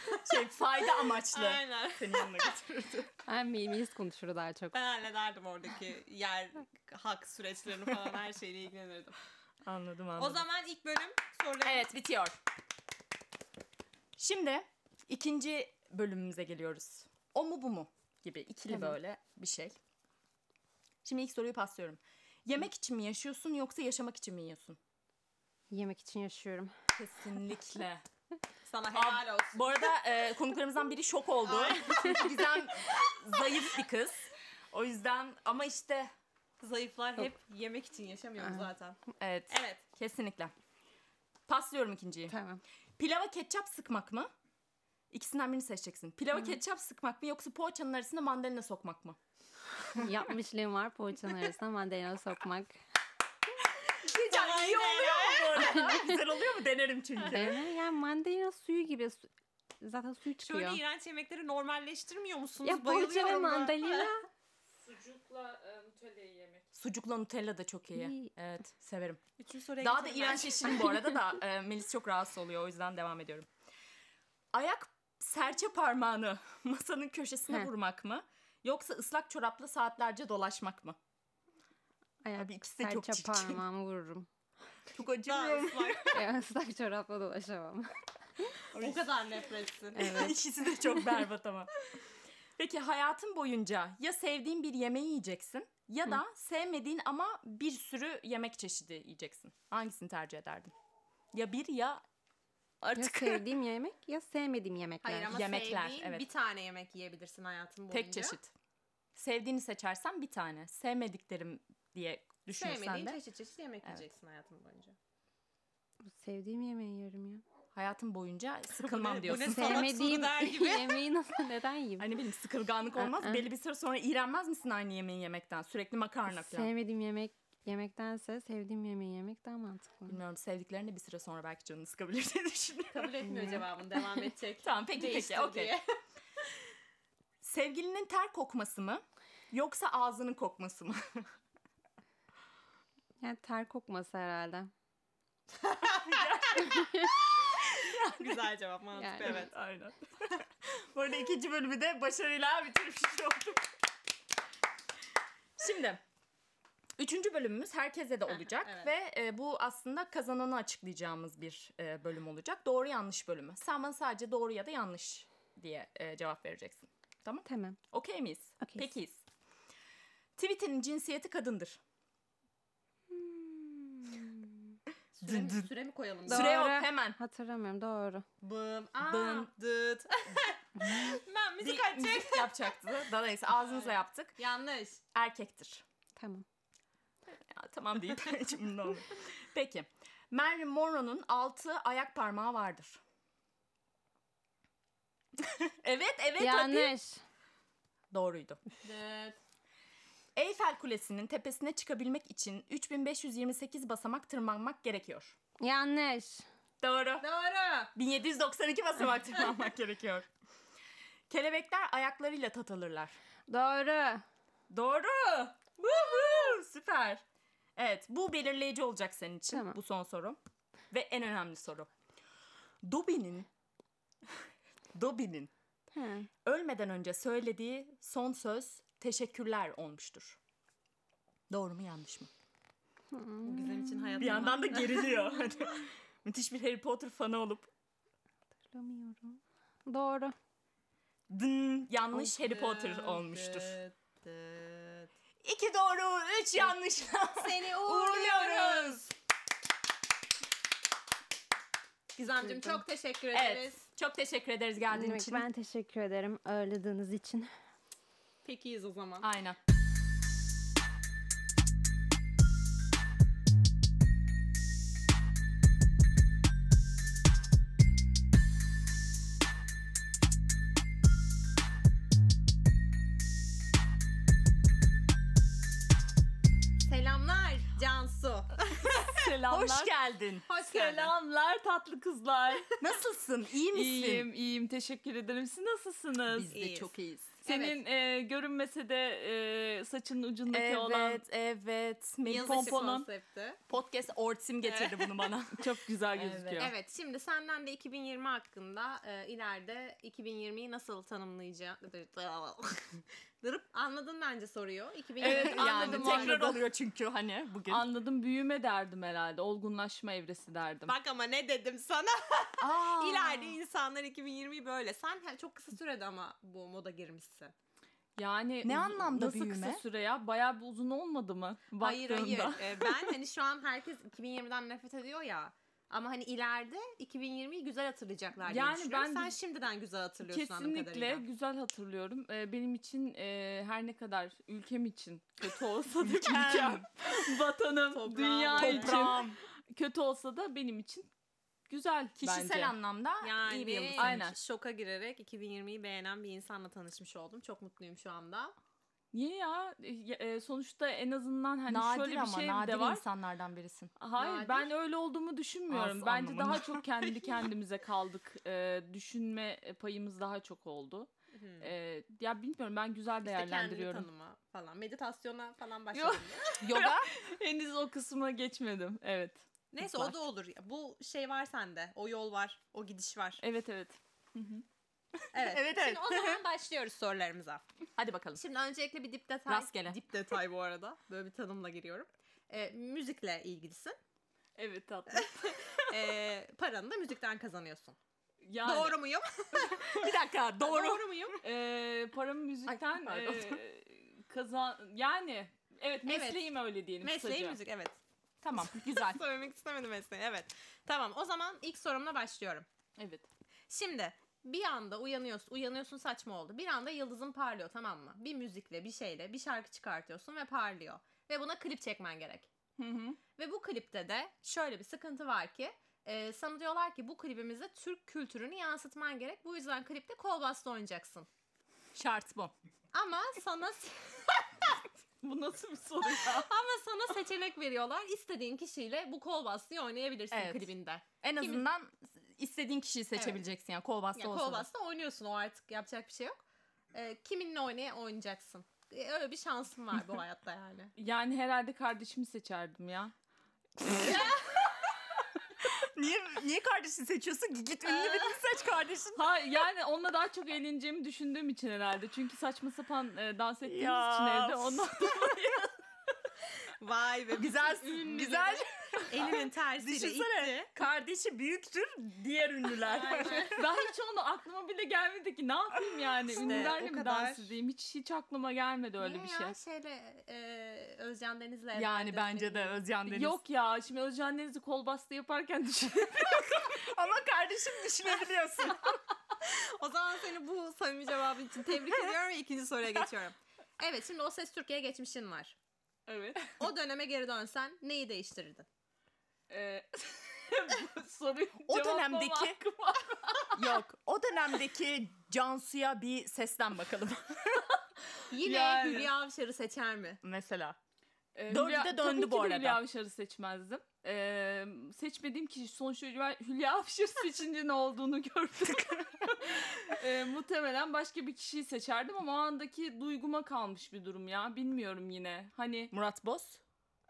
Speaker 1: Şey fayda amaçlı.
Speaker 2: Aynen.
Speaker 1: Seni yanına götürürdü.
Speaker 3: Ben Melis konuşur daha çok.
Speaker 2: Ben hallederdim oradaki yer, hak süreçlerini falan her şeyle ilgilenirdim.
Speaker 1: Anladım
Speaker 2: O
Speaker 1: anladım.
Speaker 2: zaman ilk bölüm soruları.
Speaker 1: Evet bitiyor. Şimdi ikinci bölümümüze geliyoruz. O mu bu mu gibi ikili
Speaker 3: Tamam.
Speaker 1: böyle bir şey. Şimdi ilk soruyu paslıyorum. Yemek için mi yaşıyorsun yoksa yaşamak için mi yiyorsun?
Speaker 3: Yemek için yaşıyorum.
Speaker 1: Kesinlikle.
Speaker 2: Sana helal olsun.
Speaker 1: Bu arada e, konuklarımızdan biri şok oldu.
Speaker 2: Ay.
Speaker 1: Çünkü Gizem zayıf bir kız. O yüzden ama işte
Speaker 2: Zayıflar hep yemek için yaşamıyor
Speaker 3: Aynen.
Speaker 2: zaten.
Speaker 1: evet
Speaker 2: Evet.
Speaker 1: kesinlikle. Paslıyorum ikinciyi.
Speaker 3: Tamam.
Speaker 1: Pilava ketçap sıkmak mı? İkisinden birini seçeceksin. Pilava ketçap sıkmak mı yoksa poğaçanın arasına mandalina sokmak mı?
Speaker 3: Yapmışlığım var poğaçanın arasına mandalina sokmak.
Speaker 1: Güzel,
Speaker 2: Aynen.
Speaker 1: iyi oluyor mu bu arada? Güzel oluyor mu? Denerim çünkü.
Speaker 3: Evet, yani mandalina suyu gibi su- zaten suyu çıkıyor.
Speaker 2: Şöyle iğrenç yemekleri normalleştirmiyor musunuz?
Speaker 3: ya poğaça ve
Speaker 2: Bayılıyorum ben.
Speaker 3: mandalina.
Speaker 4: Sucukla e, nutellayı yemek.
Speaker 1: Sucukla nutella da çok iyi.
Speaker 3: İyi.
Speaker 1: Evet severim.
Speaker 2: Üçüncü soruya
Speaker 1: Daha da
Speaker 2: geçelim ben.
Speaker 1: iğrençleşirim bu arada da e, Melis çok rahatsız oluyor o yüzden devam ediyorum. Ayak serçe parmağını masanın köşesine
Speaker 3: He.
Speaker 1: vurmak mı? Yoksa ıslak çorapla saatlerce dolaşmak mı?
Speaker 3: Ayak
Speaker 1: Abi ikisi de çok
Speaker 3: serçe
Speaker 1: çirkin.
Speaker 3: parmağımı vururum.
Speaker 1: Çok
Speaker 2: Daha
Speaker 1: acımıyorum.
Speaker 2: ıslak.
Speaker 3: Ya, Islak çorapla dolaşamam.
Speaker 2: o kadar nefretsin.
Speaker 1: İkisi de çok berbat ama. Peki hayatın boyunca ya sevdiğin bir yemeği yiyeceksin ya da sevmediğin ama bir sürü yemek çeşidi yiyeceksin. Hangisini tercih ederdin? Ya bir ya
Speaker 3: Ya
Speaker 1: artık
Speaker 3: sevdiğim yemek ya sevmediğim yemekler.
Speaker 2: Hayır ama
Speaker 1: Yemekler,
Speaker 2: sevdiğin
Speaker 1: evet.
Speaker 2: bir tane yemek yiyebilirsin hayatın boyunca.
Speaker 1: tek çeşit. Sevdiğini seçersen bir tane. Sevmediklerim diye düşünürsen
Speaker 2: Sevmediğin
Speaker 1: de
Speaker 2: çeşit çeşit yemek
Speaker 1: Evet.
Speaker 2: yiyeceksin hayatın boyunca.
Speaker 3: Sevdiğim yemeği yerim ya.
Speaker 1: hayatın boyunca sıkılmam
Speaker 2: ne
Speaker 1: diyorsun.
Speaker 2: salak soru
Speaker 3: sevmediğim
Speaker 2: der gibi.
Speaker 3: yemeği nasıl neden yiyeyim?
Speaker 1: Hani benim sıkılganlık olmaz.
Speaker 3: Aa, aa.
Speaker 1: Belli bir süre sonra iğrenmez misin aynı yemeği yemekten? Sürekli makarna falan.
Speaker 3: sevmediğim yemek yemektense sevdiğim yemeği yemek daha mantıklı.
Speaker 1: Bilmiyorum sevdiklerini bir süre sonra belki canını sıkabilir diye düşünüyorum.
Speaker 2: Kabul etmiyor
Speaker 3: Bilmiyorum.
Speaker 2: cevabını. Devam edecek.
Speaker 1: Tamam peki
Speaker 2: Değiştir
Speaker 1: peki okey.
Speaker 2: diye.
Speaker 1: Sevgilinin ter kokması mı? Yoksa ağzının kokması mı?
Speaker 3: Yani ter kokması herhalde.
Speaker 2: Güzel cevap mantıklı
Speaker 3: Yani.
Speaker 2: evet.
Speaker 1: Aynen. Bu arada ikinci bölümü de başarıyla bitirmiş olduk. Şimdi üçüncü bölümümüz herkese de olacak
Speaker 2: evet.
Speaker 1: ve e, bu aslında kazananı açıklayacağımız bir e, bölüm olacak. Doğru yanlış bölümü. Sen bana sadece doğru ya da yanlış diye e, cevap vereceksin.
Speaker 3: Tamam.
Speaker 1: Okey miyiz?
Speaker 3: Okeyiz.
Speaker 1: Pekiyiz. Tweet'in cinsiyeti kadındır.
Speaker 2: Süre, mi-
Speaker 1: Dın dın.
Speaker 2: süre mi koyalım?
Speaker 3: Doğru.
Speaker 1: Süre yok hemen.
Speaker 3: Hatırlamıyorum doğru.
Speaker 2: Bım. Aa,
Speaker 1: Bım.
Speaker 2: Dıt. ben müzik
Speaker 1: Bir
Speaker 2: açacak.
Speaker 1: müzik yapacaktı. Da neyse ağzınızla yaptık.
Speaker 2: Yanlış.
Speaker 1: Erkektir.
Speaker 3: Tamam.
Speaker 1: Ya, tamam deyip şimdi ne olur. Peki. Marilyn Monroe'nun altı ayak parmağı vardır. evet evet hadi.
Speaker 3: Yanlış.
Speaker 1: Doğruydu.
Speaker 2: Dıt.
Speaker 1: Eyfel Kulesi'nin tepesine çıkabilmek için 3528 basamak tırmanmak gerekiyor.
Speaker 3: Yanlış.
Speaker 1: Doğru.
Speaker 2: Doğru.
Speaker 1: 1792 basamak tırmanmak gerekiyor. Kelebekler ayaklarıyla tatılırlar.
Speaker 3: Doğru.
Speaker 1: Doğru. Woohoo! Süper. Evet bu belirleyici olacak senin için
Speaker 3: Tamam.
Speaker 1: bu son soru. Ve en önemli soru. Dobby'nin Dobby'nin
Speaker 3: He.
Speaker 1: ölmeden önce söylediği son söz teşekkürler olmuştur. Doğru mu yanlış mı?
Speaker 2: Bu Bizim için hayat.
Speaker 1: Bir yandan da geriliyor. Hani Müthiş bir Harry Potter fanı olup
Speaker 3: Hatırlamıyorum. Doğru.
Speaker 1: dın yanlış Harry Potter olmuştur. İki doğru, üç yanlış.
Speaker 2: Seni
Speaker 1: Uğurluyoruz.
Speaker 2: Gizemcim çok teşekkür ederiz.
Speaker 1: Evet. Çok teşekkür ederiz geldiğin
Speaker 3: Demek
Speaker 1: için.
Speaker 3: ben teşekkür ederim ağırladığınız için.
Speaker 2: Pekiyiz o zaman.
Speaker 1: Aynen.
Speaker 2: Selamlar Cansu.
Speaker 5: Selamlar.
Speaker 1: Hoş geldin.
Speaker 2: Hoş geldin.
Speaker 5: Selamlar tatlı kızlar.
Speaker 1: Nasılsın? İyi misin?
Speaker 5: iyiyim, iyiyim. Teşekkür ederim. Siz nasılsınız?
Speaker 1: Biz de
Speaker 2: İyiyiz.
Speaker 1: çok iyiyiz.
Speaker 5: Senin e, görünmese de e, saçının ucundaki
Speaker 1: Evet,
Speaker 5: olan
Speaker 1: evet. Melih
Speaker 2: Yazıcı
Speaker 1: Pompon
Speaker 5: pomponun-
Speaker 2: konsepti.
Speaker 1: podcast ortim getirdi bunu bana.
Speaker 5: çok güzel
Speaker 1: Evet.
Speaker 5: gözüküyor.
Speaker 2: Evet şimdi senden de 2020 hakkında e, ileride 2020'yi nasıl tanımlayacağım? Dırıp anladın bence soruyor. 2020
Speaker 5: Evet,
Speaker 1: yani
Speaker 5: anladım,
Speaker 1: tekrar
Speaker 5: anladım.
Speaker 1: oluyor çünkü hani bugün.
Speaker 5: Anladım büyüme derdim herhalde. Olgunlaşma evresi derdim.
Speaker 2: Bak ama ne dedim sana?
Speaker 1: Aa.
Speaker 2: İleride insanlar 2020'yi böyle. Sen he- çok kısa sürede ama bu moda girmişsin.
Speaker 5: Yani
Speaker 1: Ne
Speaker 5: uz-
Speaker 1: anlamda
Speaker 5: nasıl
Speaker 1: büyüme?
Speaker 5: kısa süre ya? Bayağı bir uzun olmadı mı?
Speaker 2: Hayır hayır.
Speaker 5: baktığında?
Speaker 2: Ee, ben hani şu an herkes 2020'den nefret ediyor ya. Ama hani ileride 2020'yi güzel hatırlayacaklar diye
Speaker 5: Yani
Speaker 2: düşünüyorum.
Speaker 5: ben
Speaker 2: Sen
Speaker 5: de-
Speaker 2: şimdiden güzel hatırlıyorsun anladığım
Speaker 5: Kesinlikle
Speaker 2: kadarıyla.
Speaker 5: güzel hatırlıyorum. Ee, benim için e, her ne kadar ülkem için kötü olsa da ülkem, vatanım,
Speaker 2: Toprağım,
Speaker 5: dünya için
Speaker 1: toprağım.
Speaker 5: kötü olsa da benim için güzel
Speaker 1: Kişisel
Speaker 5: bence.
Speaker 1: anlamda
Speaker 2: Yani
Speaker 1: iyi bir yıl.
Speaker 5: Aynen.
Speaker 2: şoka girerek 2020'yi beğenen bir insanla tanışmış oldum. Çok mutluyum şu anda.
Speaker 5: Niye ya? E, ya- e, sonuçta en azından hani
Speaker 1: nadir
Speaker 5: şöyle bir
Speaker 1: ama
Speaker 5: şey
Speaker 1: nadir
Speaker 5: de var.
Speaker 1: insanlardan birisin.
Speaker 5: Hayır
Speaker 2: Nadir.
Speaker 5: ben öyle olduğumu düşünmüyorum.
Speaker 1: Az
Speaker 5: Bence
Speaker 1: anlamında.
Speaker 5: daha çok kendi kendimize kaldık. E, düşünme payımız daha çok oldu.
Speaker 2: Hı.
Speaker 5: E, ya bilmiyorum ben güzel
Speaker 2: İşte kendini
Speaker 5: değerlendiriyorum.
Speaker 2: Ee, tanıma falan. Meditasyona falan başladım.
Speaker 1: Yoga
Speaker 5: Henüz o kısma geçmedim. Evet.
Speaker 2: Neyse
Speaker 5: Var.
Speaker 2: o da olur. Bu şey var sende. O yol var. O gidiş var.
Speaker 5: Evet evet.
Speaker 2: Evet.
Speaker 1: Evet, evet.
Speaker 2: Şimdi o zaman başlıyoruz sorularımıza.
Speaker 1: hadi bakalım.
Speaker 2: Şimdi öncelikle bir dip detay.
Speaker 1: Rastgele.
Speaker 2: Dip detay bu arada. Böyle bir tanımla giriyorum. Ee, müzikle ilgilisin.
Speaker 5: Evet tatlı.
Speaker 2: Ee, paranı da müzikten kazanıyorsun.
Speaker 5: Yani,
Speaker 2: Doğru muyum?
Speaker 1: Bir dakika
Speaker 2: Doğru,
Speaker 1: doğru.
Speaker 2: muyum?
Speaker 5: E, paramı müzikten
Speaker 1: pardon.
Speaker 5: e, kazan... Yani evet
Speaker 2: Evet.
Speaker 5: mesleğim öyle diyelim
Speaker 2: Mesleği
Speaker 5: kısaca.
Speaker 2: müzik evet.
Speaker 1: tamam güzel.
Speaker 2: Söylemek istemedim mesleği evet. Tamam o zaman ilk sorumla başlıyorum.
Speaker 5: Evet.
Speaker 2: Şimdi bir anda uyanıyorsun. Uyanıyorsun saçma oldu. Bir anda yıldızın parlıyor tamam mı? Bir müzikle bir şeyle bir şarkı çıkartıyorsun ve parlıyor. Ve buna klip çekmen gerek.
Speaker 5: Hı hı.
Speaker 2: Ve bu klipte de şöyle bir sıkıntı var ki e, sana diyorlar ki bu klibimizde Türk kültürünü yansıtman gerek. Bu yüzden klipte kol bastı oynayacaksın.
Speaker 1: Şart bu.
Speaker 2: Ama sana
Speaker 5: Bu nasıl bir soru ya?
Speaker 2: ama sana seçenek veriyorlar. İstediğin kişiyle bu kol bastıyı oynayabilirsin
Speaker 1: Evet.
Speaker 2: klibinde.
Speaker 1: En
Speaker 2: Kimin-
Speaker 1: azından istediğin kişiyi seçebileceksin yani kol bastı
Speaker 2: Ya
Speaker 1: olsa
Speaker 2: kol
Speaker 1: da.
Speaker 2: bastı oynuyorsun o artık yapacak bir şey yok. E, kiminle oynaya oynayacaksın e, öyle bir şansım var bu hayatta yani.
Speaker 5: Yani herhalde kardeşimi seçerdim ya.
Speaker 1: niye niye kardeşini seçiyorsun? ki? Git ünlü birini seç kardeşin.
Speaker 5: Ha yani onunla daha çok eğleneceğimi düşündüğüm için herhalde. Çünkü saçma sapan e, dans ettiğimiz
Speaker 1: Ya.
Speaker 5: için evde ondan
Speaker 2: Vay be.
Speaker 1: Güzel güzel
Speaker 2: Elimin tersiyle
Speaker 1: düşünsene. Kardeşi büyüktür diğer ünlüler.
Speaker 5: Ben hiç onu aklıma bile gelmedi ki. Ne yapayım yani?
Speaker 2: İşte
Speaker 5: Ünlülerle
Speaker 2: o
Speaker 5: mi
Speaker 2: kadar.
Speaker 5: dans edeyim? Hiç, hiç aklıma gelmedi öyle bir şey.
Speaker 2: şeyle e, Özcan Deniz'le
Speaker 1: yani bence de Özcan Deniz.
Speaker 5: Yok ya şimdi Özcan Deniz'i kol bastı yaparken düşünüyorum.
Speaker 1: ama kardeşim düşünebiliyorsun.
Speaker 2: O zaman seni bu samimi cevabın için tebrik ediyorum ve ikinci soruya geçiyorum. Evet şimdi O Ses Türkiye'ye geçmişin var.
Speaker 5: Evet.
Speaker 2: O döneme geri dönsen neyi değiştirirdin?
Speaker 5: Ee, bu soruyu
Speaker 1: O
Speaker 5: cevaplama
Speaker 1: dönemdeki-
Speaker 5: hakkım var.
Speaker 1: Yok. O dönemdeki Cansu'ya bir seslen bakalım
Speaker 2: Yine
Speaker 5: Yani.
Speaker 2: Hülya Avşar'ı seçer mi?
Speaker 1: mesela.
Speaker 5: Ee,
Speaker 1: Dördü
Speaker 5: Hülya-
Speaker 1: de döndü
Speaker 5: tabii
Speaker 1: bu
Speaker 5: ki de
Speaker 1: arada.
Speaker 5: Hülya Avşar'ı seçmezdim. Ee, seçmediğim kişi sonuçta Hülya- Hülya Avşar seçince ne olduğunu gördük. Ee, muhtemelen başka bir kişiyi seçerdim ama o andaki duyguma kalmış bir durum ya. Bilmiyorum yine. Hani
Speaker 1: Murat Boz.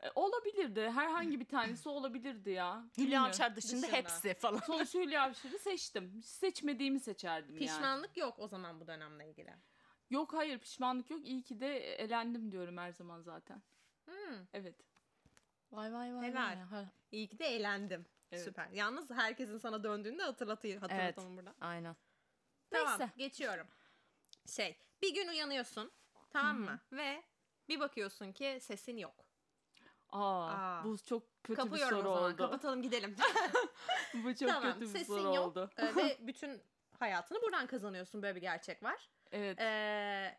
Speaker 5: E, olabilirdi. Herhangi bir tanesi olabilirdi ya.
Speaker 1: Hülya
Speaker 5: Bilmiyorum.
Speaker 1: Avşar dışında,
Speaker 2: Dışında.
Speaker 1: hepsi falan.
Speaker 5: Sonuçta Hülya Avşar'ı seçtim. Seçmediğimi seçerdim yani.
Speaker 2: Pişmanlık yok o zaman bu dönemle ilgili.
Speaker 5: Yok hayır pişmanlık yok. İyi ki de elendim diyorum her zaman zaten.
Speaker 2: Hmm,
Speaker 5: Evet.
Speaker 1: Vay vay vay.
Speaker 2: Helal.
Speaker 1: vay. Ha,
Speaker 2: iyi ki de eğlendim.
Speaker 5: Evet.
Speaker 2: Süper. Yalnız herkesin sana döndüğünü de hatırlatayım. Hatırlatalım burada.
Speaker 1: Aynen.
Speaker 2: Tamam
Speaker 1: Neyse.
Speaker 2: geçiyorum. Şey bir gün uyanıyorsun tamam mı? Ve bir bakıyorsun ki sesin yok.
Speaker 5: Aa,
Speaker 2: Aa.
Speaker 5: bu çok kötü bir
Speaker 2: Kapıyorum
Speaker 5: soru
Speaker 2: o zaman.
Speaker 5: oldu.
Speaker 2: Kapatalım gidelim.
Speaker 5: Bu çok
Speaker 2: tamam
Speaker 5: kötü bir
Speaker 2: sesin
Speaker 5: soru
Speaker 2: yok.
Speaker 5: oldu.
Speaker 2: Ee, ve bütün hayatını buradan kazanıyorsun. Böyle bir gerçek var.
Speaker 5: Evet.
Speaker 2: Ee,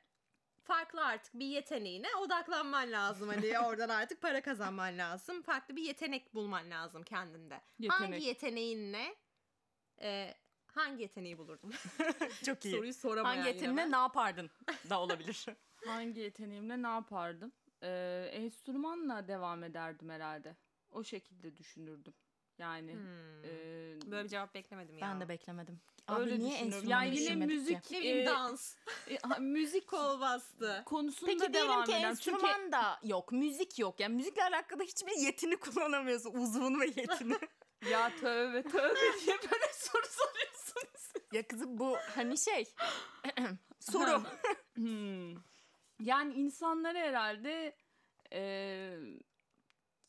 Speaker 2: farklı artık bir yeteneğine odaklanman lazım. Hani oradan artık para kazanman lazım. Farklı bir yetenek bulman lazım kendinde.
Speaker 5: yetenek.
Speaker 2: Hangi yeteneğinle e, hangi yeteneği bulurdun?
Speaker 1: Çok iyi.
Speaker 2: Soruyu soramayan
Speaker 1: Hangi
Speaker 2: yine ben.
Speaker 1: yetimle ne yapardın da olabilir.
Speaker 5: Hangi yeteneğimle ne yapardım? Ee, enstrümanla devam ederdim herhalde. O şekilde düşünürdüm. Yani
Speaker 2: Hmm.
Speaker 5: e,
Speaker 2: Böyle bir cevap beklemedim ya.
Speaker 1: Ben de beklemedim. Abi niye
Speaker 5: Öyle düşünüyorum.
Speaker 1: enstrüman
Speaker 5: Yani yine
Speaker 1: düşünmedik ki?
Speaker 5: müzik-
Speaker 2: Ne bileyim
Speaker 5: Ee,
Speaker 2: dans,
Speaker 5: e, ha, müzik
Speaker 2: kol bastı.
Speaker 5: konusunda
Speaker 1: Peki diyelim
Speaker 5: devam
Speaker 1: ki
Speaker 5: eden. Çünkü
Speaker 1: enstrüman da yok, müzik yok. Yani müzikle alakalı hiçbir yetini kullanamıyorsun. Uzvunu ve yetini.
Speaker 5: Ya tövbe tövbe diye böyle soru soruyorsunuz.
Speaker 1: ya kızım bu hani şey. soru.
Speaker 5: Hmm. Yani insanlara herhalde e,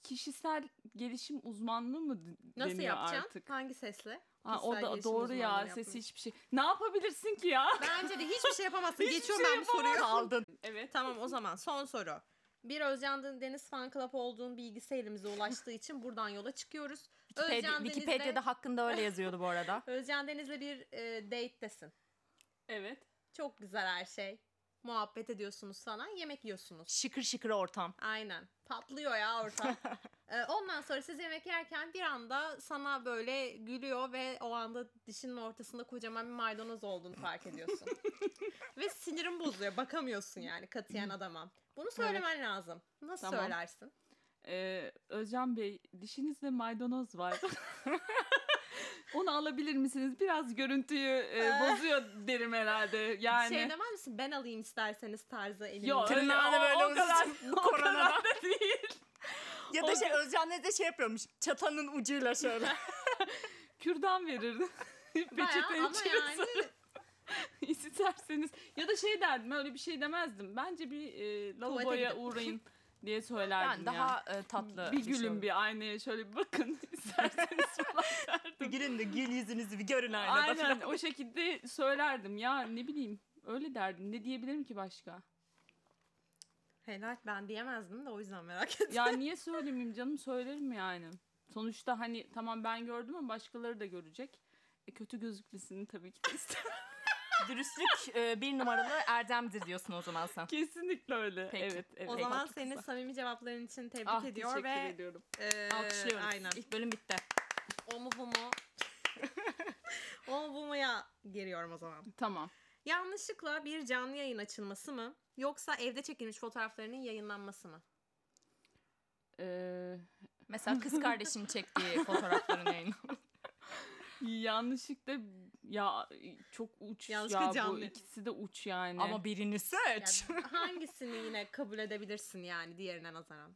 Speaker 5: kişisel gelişim uzmanlığı mı d-
Speaker 2: Nasıl
Speaker 5: deniyor
Speaker 2: yapacaksın?
Speaker 5: artık?
Speaker 2: Hangi sesle?
Speaker 5: Ha, o
Speaker 2: Kişisel
Speaker 5: da
Speaker 2: gelişim
Speaker 5: doğru ya
Speaker 2: uzmanlığı
Speaker 5: sesi
Speaker 2: yapmak.
Speaker 5: hiçbir şey. Ne yapabilirsin ki ya?
Speaker 2: Bence de hiçbir şey yapamazsın.
Speaker 5: Hiçbir
Speaker 2: Geçiyorum
Speaker 5: şey
Speaker 2: ben bu soruyu.
Speaker 1: Kaldın.
Speaker 5: Evet.
Speaker 2: Tamam o zaman son soru. Bir Özcan Deniz fan club olduğun bilgisi elimize ulaştığı için buradan yola çıkıyoruz.
Speaker 1: Wikipedia-
Speaker 2: Özcan Deniz'le,
Speaker 1: Wikipedia'da hakkında öyle yazıyordu bu arada.
Speaker 2: Özcan Deniz'le bir e, date'desin.
Speaker 5: Evet.
Speaker 2: Çok güzel her şey. Muhabbet ediyorsunuz falan, yemek yiyorsunuz.
Speaker 1: Şıkır şıkır ortam.
Speaker 2: Aynen. Patlıyor ya ortam. E, ondan sonra siz yemek yerken bir anda sana böyle gülüyor ve o anda dişinin ortasında kocaman bir maydanoz olduğunu fark ediyorsun. ve sinirin bozuluyor. Bakamıyorsun yani katiyen adama. Bunu söylemen lazım. Nasıl
Speaker 5: Tamam.
Speaker 2: söylersin?
Speaker 5: Ee, Özcan Bey dişinizde maydanoz var. Onu alabilir misiniz? Biraz görüntüyü e, bozuyor derim herhalde. Yani.
Speaker 2: Şey demez misin ben alayım isterseniz tarzı elini.
Speaker 5: Yok, öyle-
Speaker 1: Tırnağını
Speaker 5: o-
Speaker 1: böyle
Speaker 5: o kadar,
Speaker 1: uzun-
Speaker 5: o kadar
Speaker 1: koronada.
Speaker 5: da değil.
Speaker 1: Ya da şey Özcan ne de şey yapıyormuş. Çatanın ucuyla şöyle.
Speaker 5: Kürdan verirdim.
Speaker 2: Bayağı
Speaker 5: Peçetenin
Speaker 2: ama
Speaker 5: içine
Speaker 2: yani
Speaker 5: sarıp isterseniz. Ya da şey derdim öyle bir şey demezdim. Bence bir e, lavaboya
Speaker 2: gidin.
Speaker 5: uğrayın diye söylerdim
Speaker 1: Ben
Speaker 5: ya.
Speaker 1: daha e, tatlı.
Speaker 5: bir
Speaker 1: şey
Speaker 5: gülün
Speaker 1: olur.
Speaker 5: bir aynaya şöyle bir bakın isterseniz falan
Speaker 1: Bir
Speaker 5: derdim.
Speaker 1: gülün de gül yüzünüzü bir görün aynada
Speaker 5: Aynen
Speaker 1: falan.
Speaker 5: o şekilde söylerdim ya ne bileyim öyle derdim ne diyebilirim ki başka
Speaker 2: Helal ben diyemezdim de o yüzden merak ettim.
Speaker 5: ya niye söylemeyeyim canım söylerim yani sonuçta hani tamam ben gördüm ama başkaları da görecek e, kötü gözükmesini tabii ki de istemem.
Speaker 1: Dürüstlük e, bir numaralı erdemdir diyorsun o zaman sen.
Speaker 5: kesinlikle öyle
Speaker 1: Peki.
Speaker 5: evet, evet.
Speaker 2: o zaman
Speaker 5: Tatlı
Speaker 2: senin
Speaker 5: kızlar.
Speaker 2: samimi cevapların için tebrik
Speaker 5: ah,
Speaker 2: ediyor
Speaker 5: teşekkür
Speaker 2: ve
Speaker 5: ediyorum
Speaker 2: eee,
Speaker 1: Alkışlıyoruz.
Speaker 2: aynen.
Speaker 1: İlk bölüm bitti.
Speaker 2: O mu bu mu? o mu bu muya giriyorum o zaman.
Speaker 5: tamam
Speaker 2: Yanlışlıkla bir canlı yayın açılması mı? Yoksa evde çekilmiş fotoğraflarının yayınlanması mı?
Speaker 5: Ee,
Speaker 1: Mesela kız kardeşin çektiği fotoğrafların yayını.
Speaker 5: Yanlışlıkla ya çok uç
Speaker 2: Yanlışlıkla
Speaker 5: ya bu
Speaker 2: canlı.
Speaker 5: ikisi de uç yani.
Speaker 1: Ama birini seç.
Speaker 2: Yani hangisini yine kabul edebilirsin yani diğerine nazaran?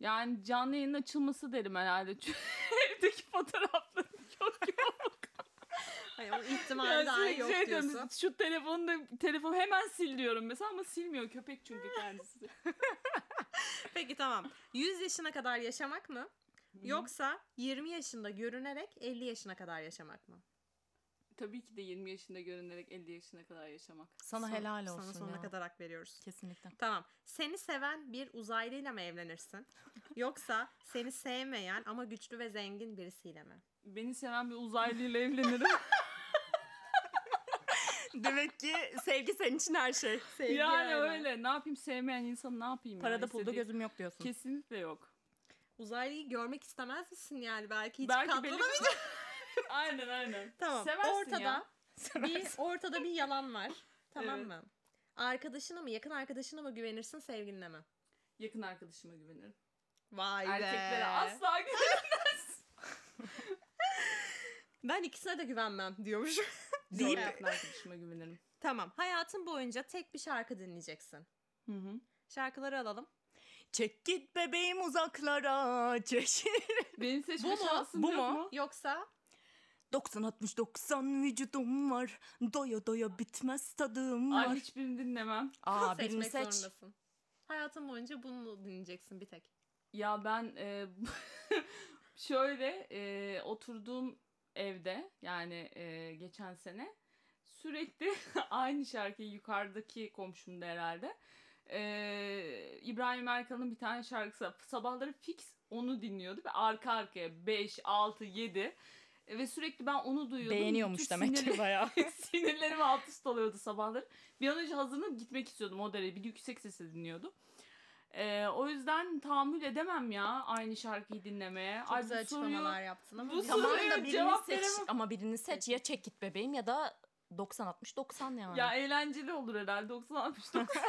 Speaker 5: Yani canlı yayının açılması derim herhalde. Çünkü evdeki fotoğrafları yok yok.
Speaker 2: Hayır o ihtimali
Speaker 5: Yani
Speaker 2: daha
Speaker 5: sürekli
Speaker 2: yok
Speaker 5: şey diyorum,
Speaker 2: diyorsun.
Speaker 5: şu telefonu da telefon hemen sil diyorum mesela ama silmiyor köpek çünkü kendisi.
Speaker 2: Peki tamam. 100 yaşına kadar yaşamak mı? Yoksa 20 yaşında görünerek 50 yaşına kadar yaşamak mı?
Speaker 5: Tabii ki de 20 yaşında görünerek 50 yaşına kadar yaşamak.
Speaker 1: Sana
Speaker 2: Son-
Speaker 1: helal olsun
Speaker 2: Sana sonuna
Speaker 1: ya.
Speaker 2: kadar hak veriyoruz.
Speaker 1: Kesinlikle.
Speaker 2: Tamam. Seni seven bir uzaylıyla mı evlenirsin? Yoksa seni sevmeyen ama güçlü ve zengin birisiyle mi?
Speaker 5: Beni seven bir uzaylıyla evlenirim.
Speaker 1: Demek ki sevgi senin için her şey.
Speaker 2: Sevgi
Speaker 5: yani
Speaker 2: aynen.
Speaker 5: öyle. Ne yapayım sevmeyen insan ne yapayım? ya?
Speaker 1: Parada pulda
Speaker 5: İstediği-
Speaker 1: gözüm yok diyorsun.
Speaker 5: Kesinlikle yok.
Speaker 2: Uzaylıyı görmek istemez misin yani? Belki hiç
Speaker 5: Belki belli bir-
Speaker 2: katlanamayacak.
Speaker 5: aynen aynen.
Speaker 2: Tamam.
Speaker 5: Seversin
Speaker 2: ortada
Speaker 5: ya.
Speaker 2: bir ortada bir yalan var. Tamam
Speaker 5: Evet.
Speaker 2: mı? Arkadaşına mı, yakın arkadaşına mı güvenirsin, sevgiline mi?
Speaker 5: Yakın arkadaşıma güvenirim.
Speaker 2: Vay
Speaker 5: Erkeklere asla güvenmem.
Speaker 2: Ben ikisine de güvenmem diyormuş.
Speaker 5: Değil
Speaker 2: Deyip-
Speaker 5: Yakın arkadaşıma güvenirim.
Speaker 2: tamam. Hayatın boyunca tek bir şarkı dinleyeceksin.
Speaker 5: Hı hı.
Speaker 2: Şarkıları alalım.
Speaker 1: Çek git bebeğim uzaklara. Çek.
Speaker 5: Benim seçme
Speaker 2: Bu mu?
Speaker 5: şansım
Speaker 1: Bu
Speaker 5: yok
Speaker 1: mu?
Speaker 5: mu?
Speaker 2: Yoksa
Speaker 1: 90-60-90 vücudum var. Doya doya bitmez tadım var.
Speaker 5: Ay hiçbirini dinlemem.
Speaker 1: Aa birini
Speaker 2: şey seçmek
Speaker 1: seç.
Speaker 2: zorundasın. Hayatın boyunca bunu dinleyeceksin bir tek.
Speaker 5: Ya ben e, şöyle e, oturduğum evde yani e, geçen sene sürekli aynı şarkıyı yukarıdaki komşumda herhalde. e, İbrahim Erkan'ın bir tane şarkısı var. sabahları fix onu dinliyordu ve arka arkaya 5, 6, 7 e, ve sürekli ben onu duyuyordum.
Speaker 1: Beğeniyormuş
Speaker 5: Bütün
Speaker 1: demek
Speaker 5: sinirli-
Speaker 1: ki bayağı.
Speaker 5: Sinirlerim alt üst oluyordu sabahları. Bir an önce hazırlanıp gitmek istiyordum o derece. Bir yüksek sesle dinliyordum. Ee, o yüzden tahammül edemem ya aynı şarkıyı dinlemeye.
Speaker 2: Çok güzel
Speaker 5: bu soruyu-
Speaker 2: açıklamalar yaptın ama.
Speaker 5: bu
Speaker 2: biz-
Speaker 1: Tamam
Speaker 5: Soruya
Speaker 1: da birini
Speaker 5: cevap
Speaker 1: seç.
Speaker 5: veremem.
Speaker 1: Ama birini seç. Ya çek git bebeğim ya da 90-60-90 yani.
Speaker 5: Ya eğlenceli olur herhalde 90 60 90.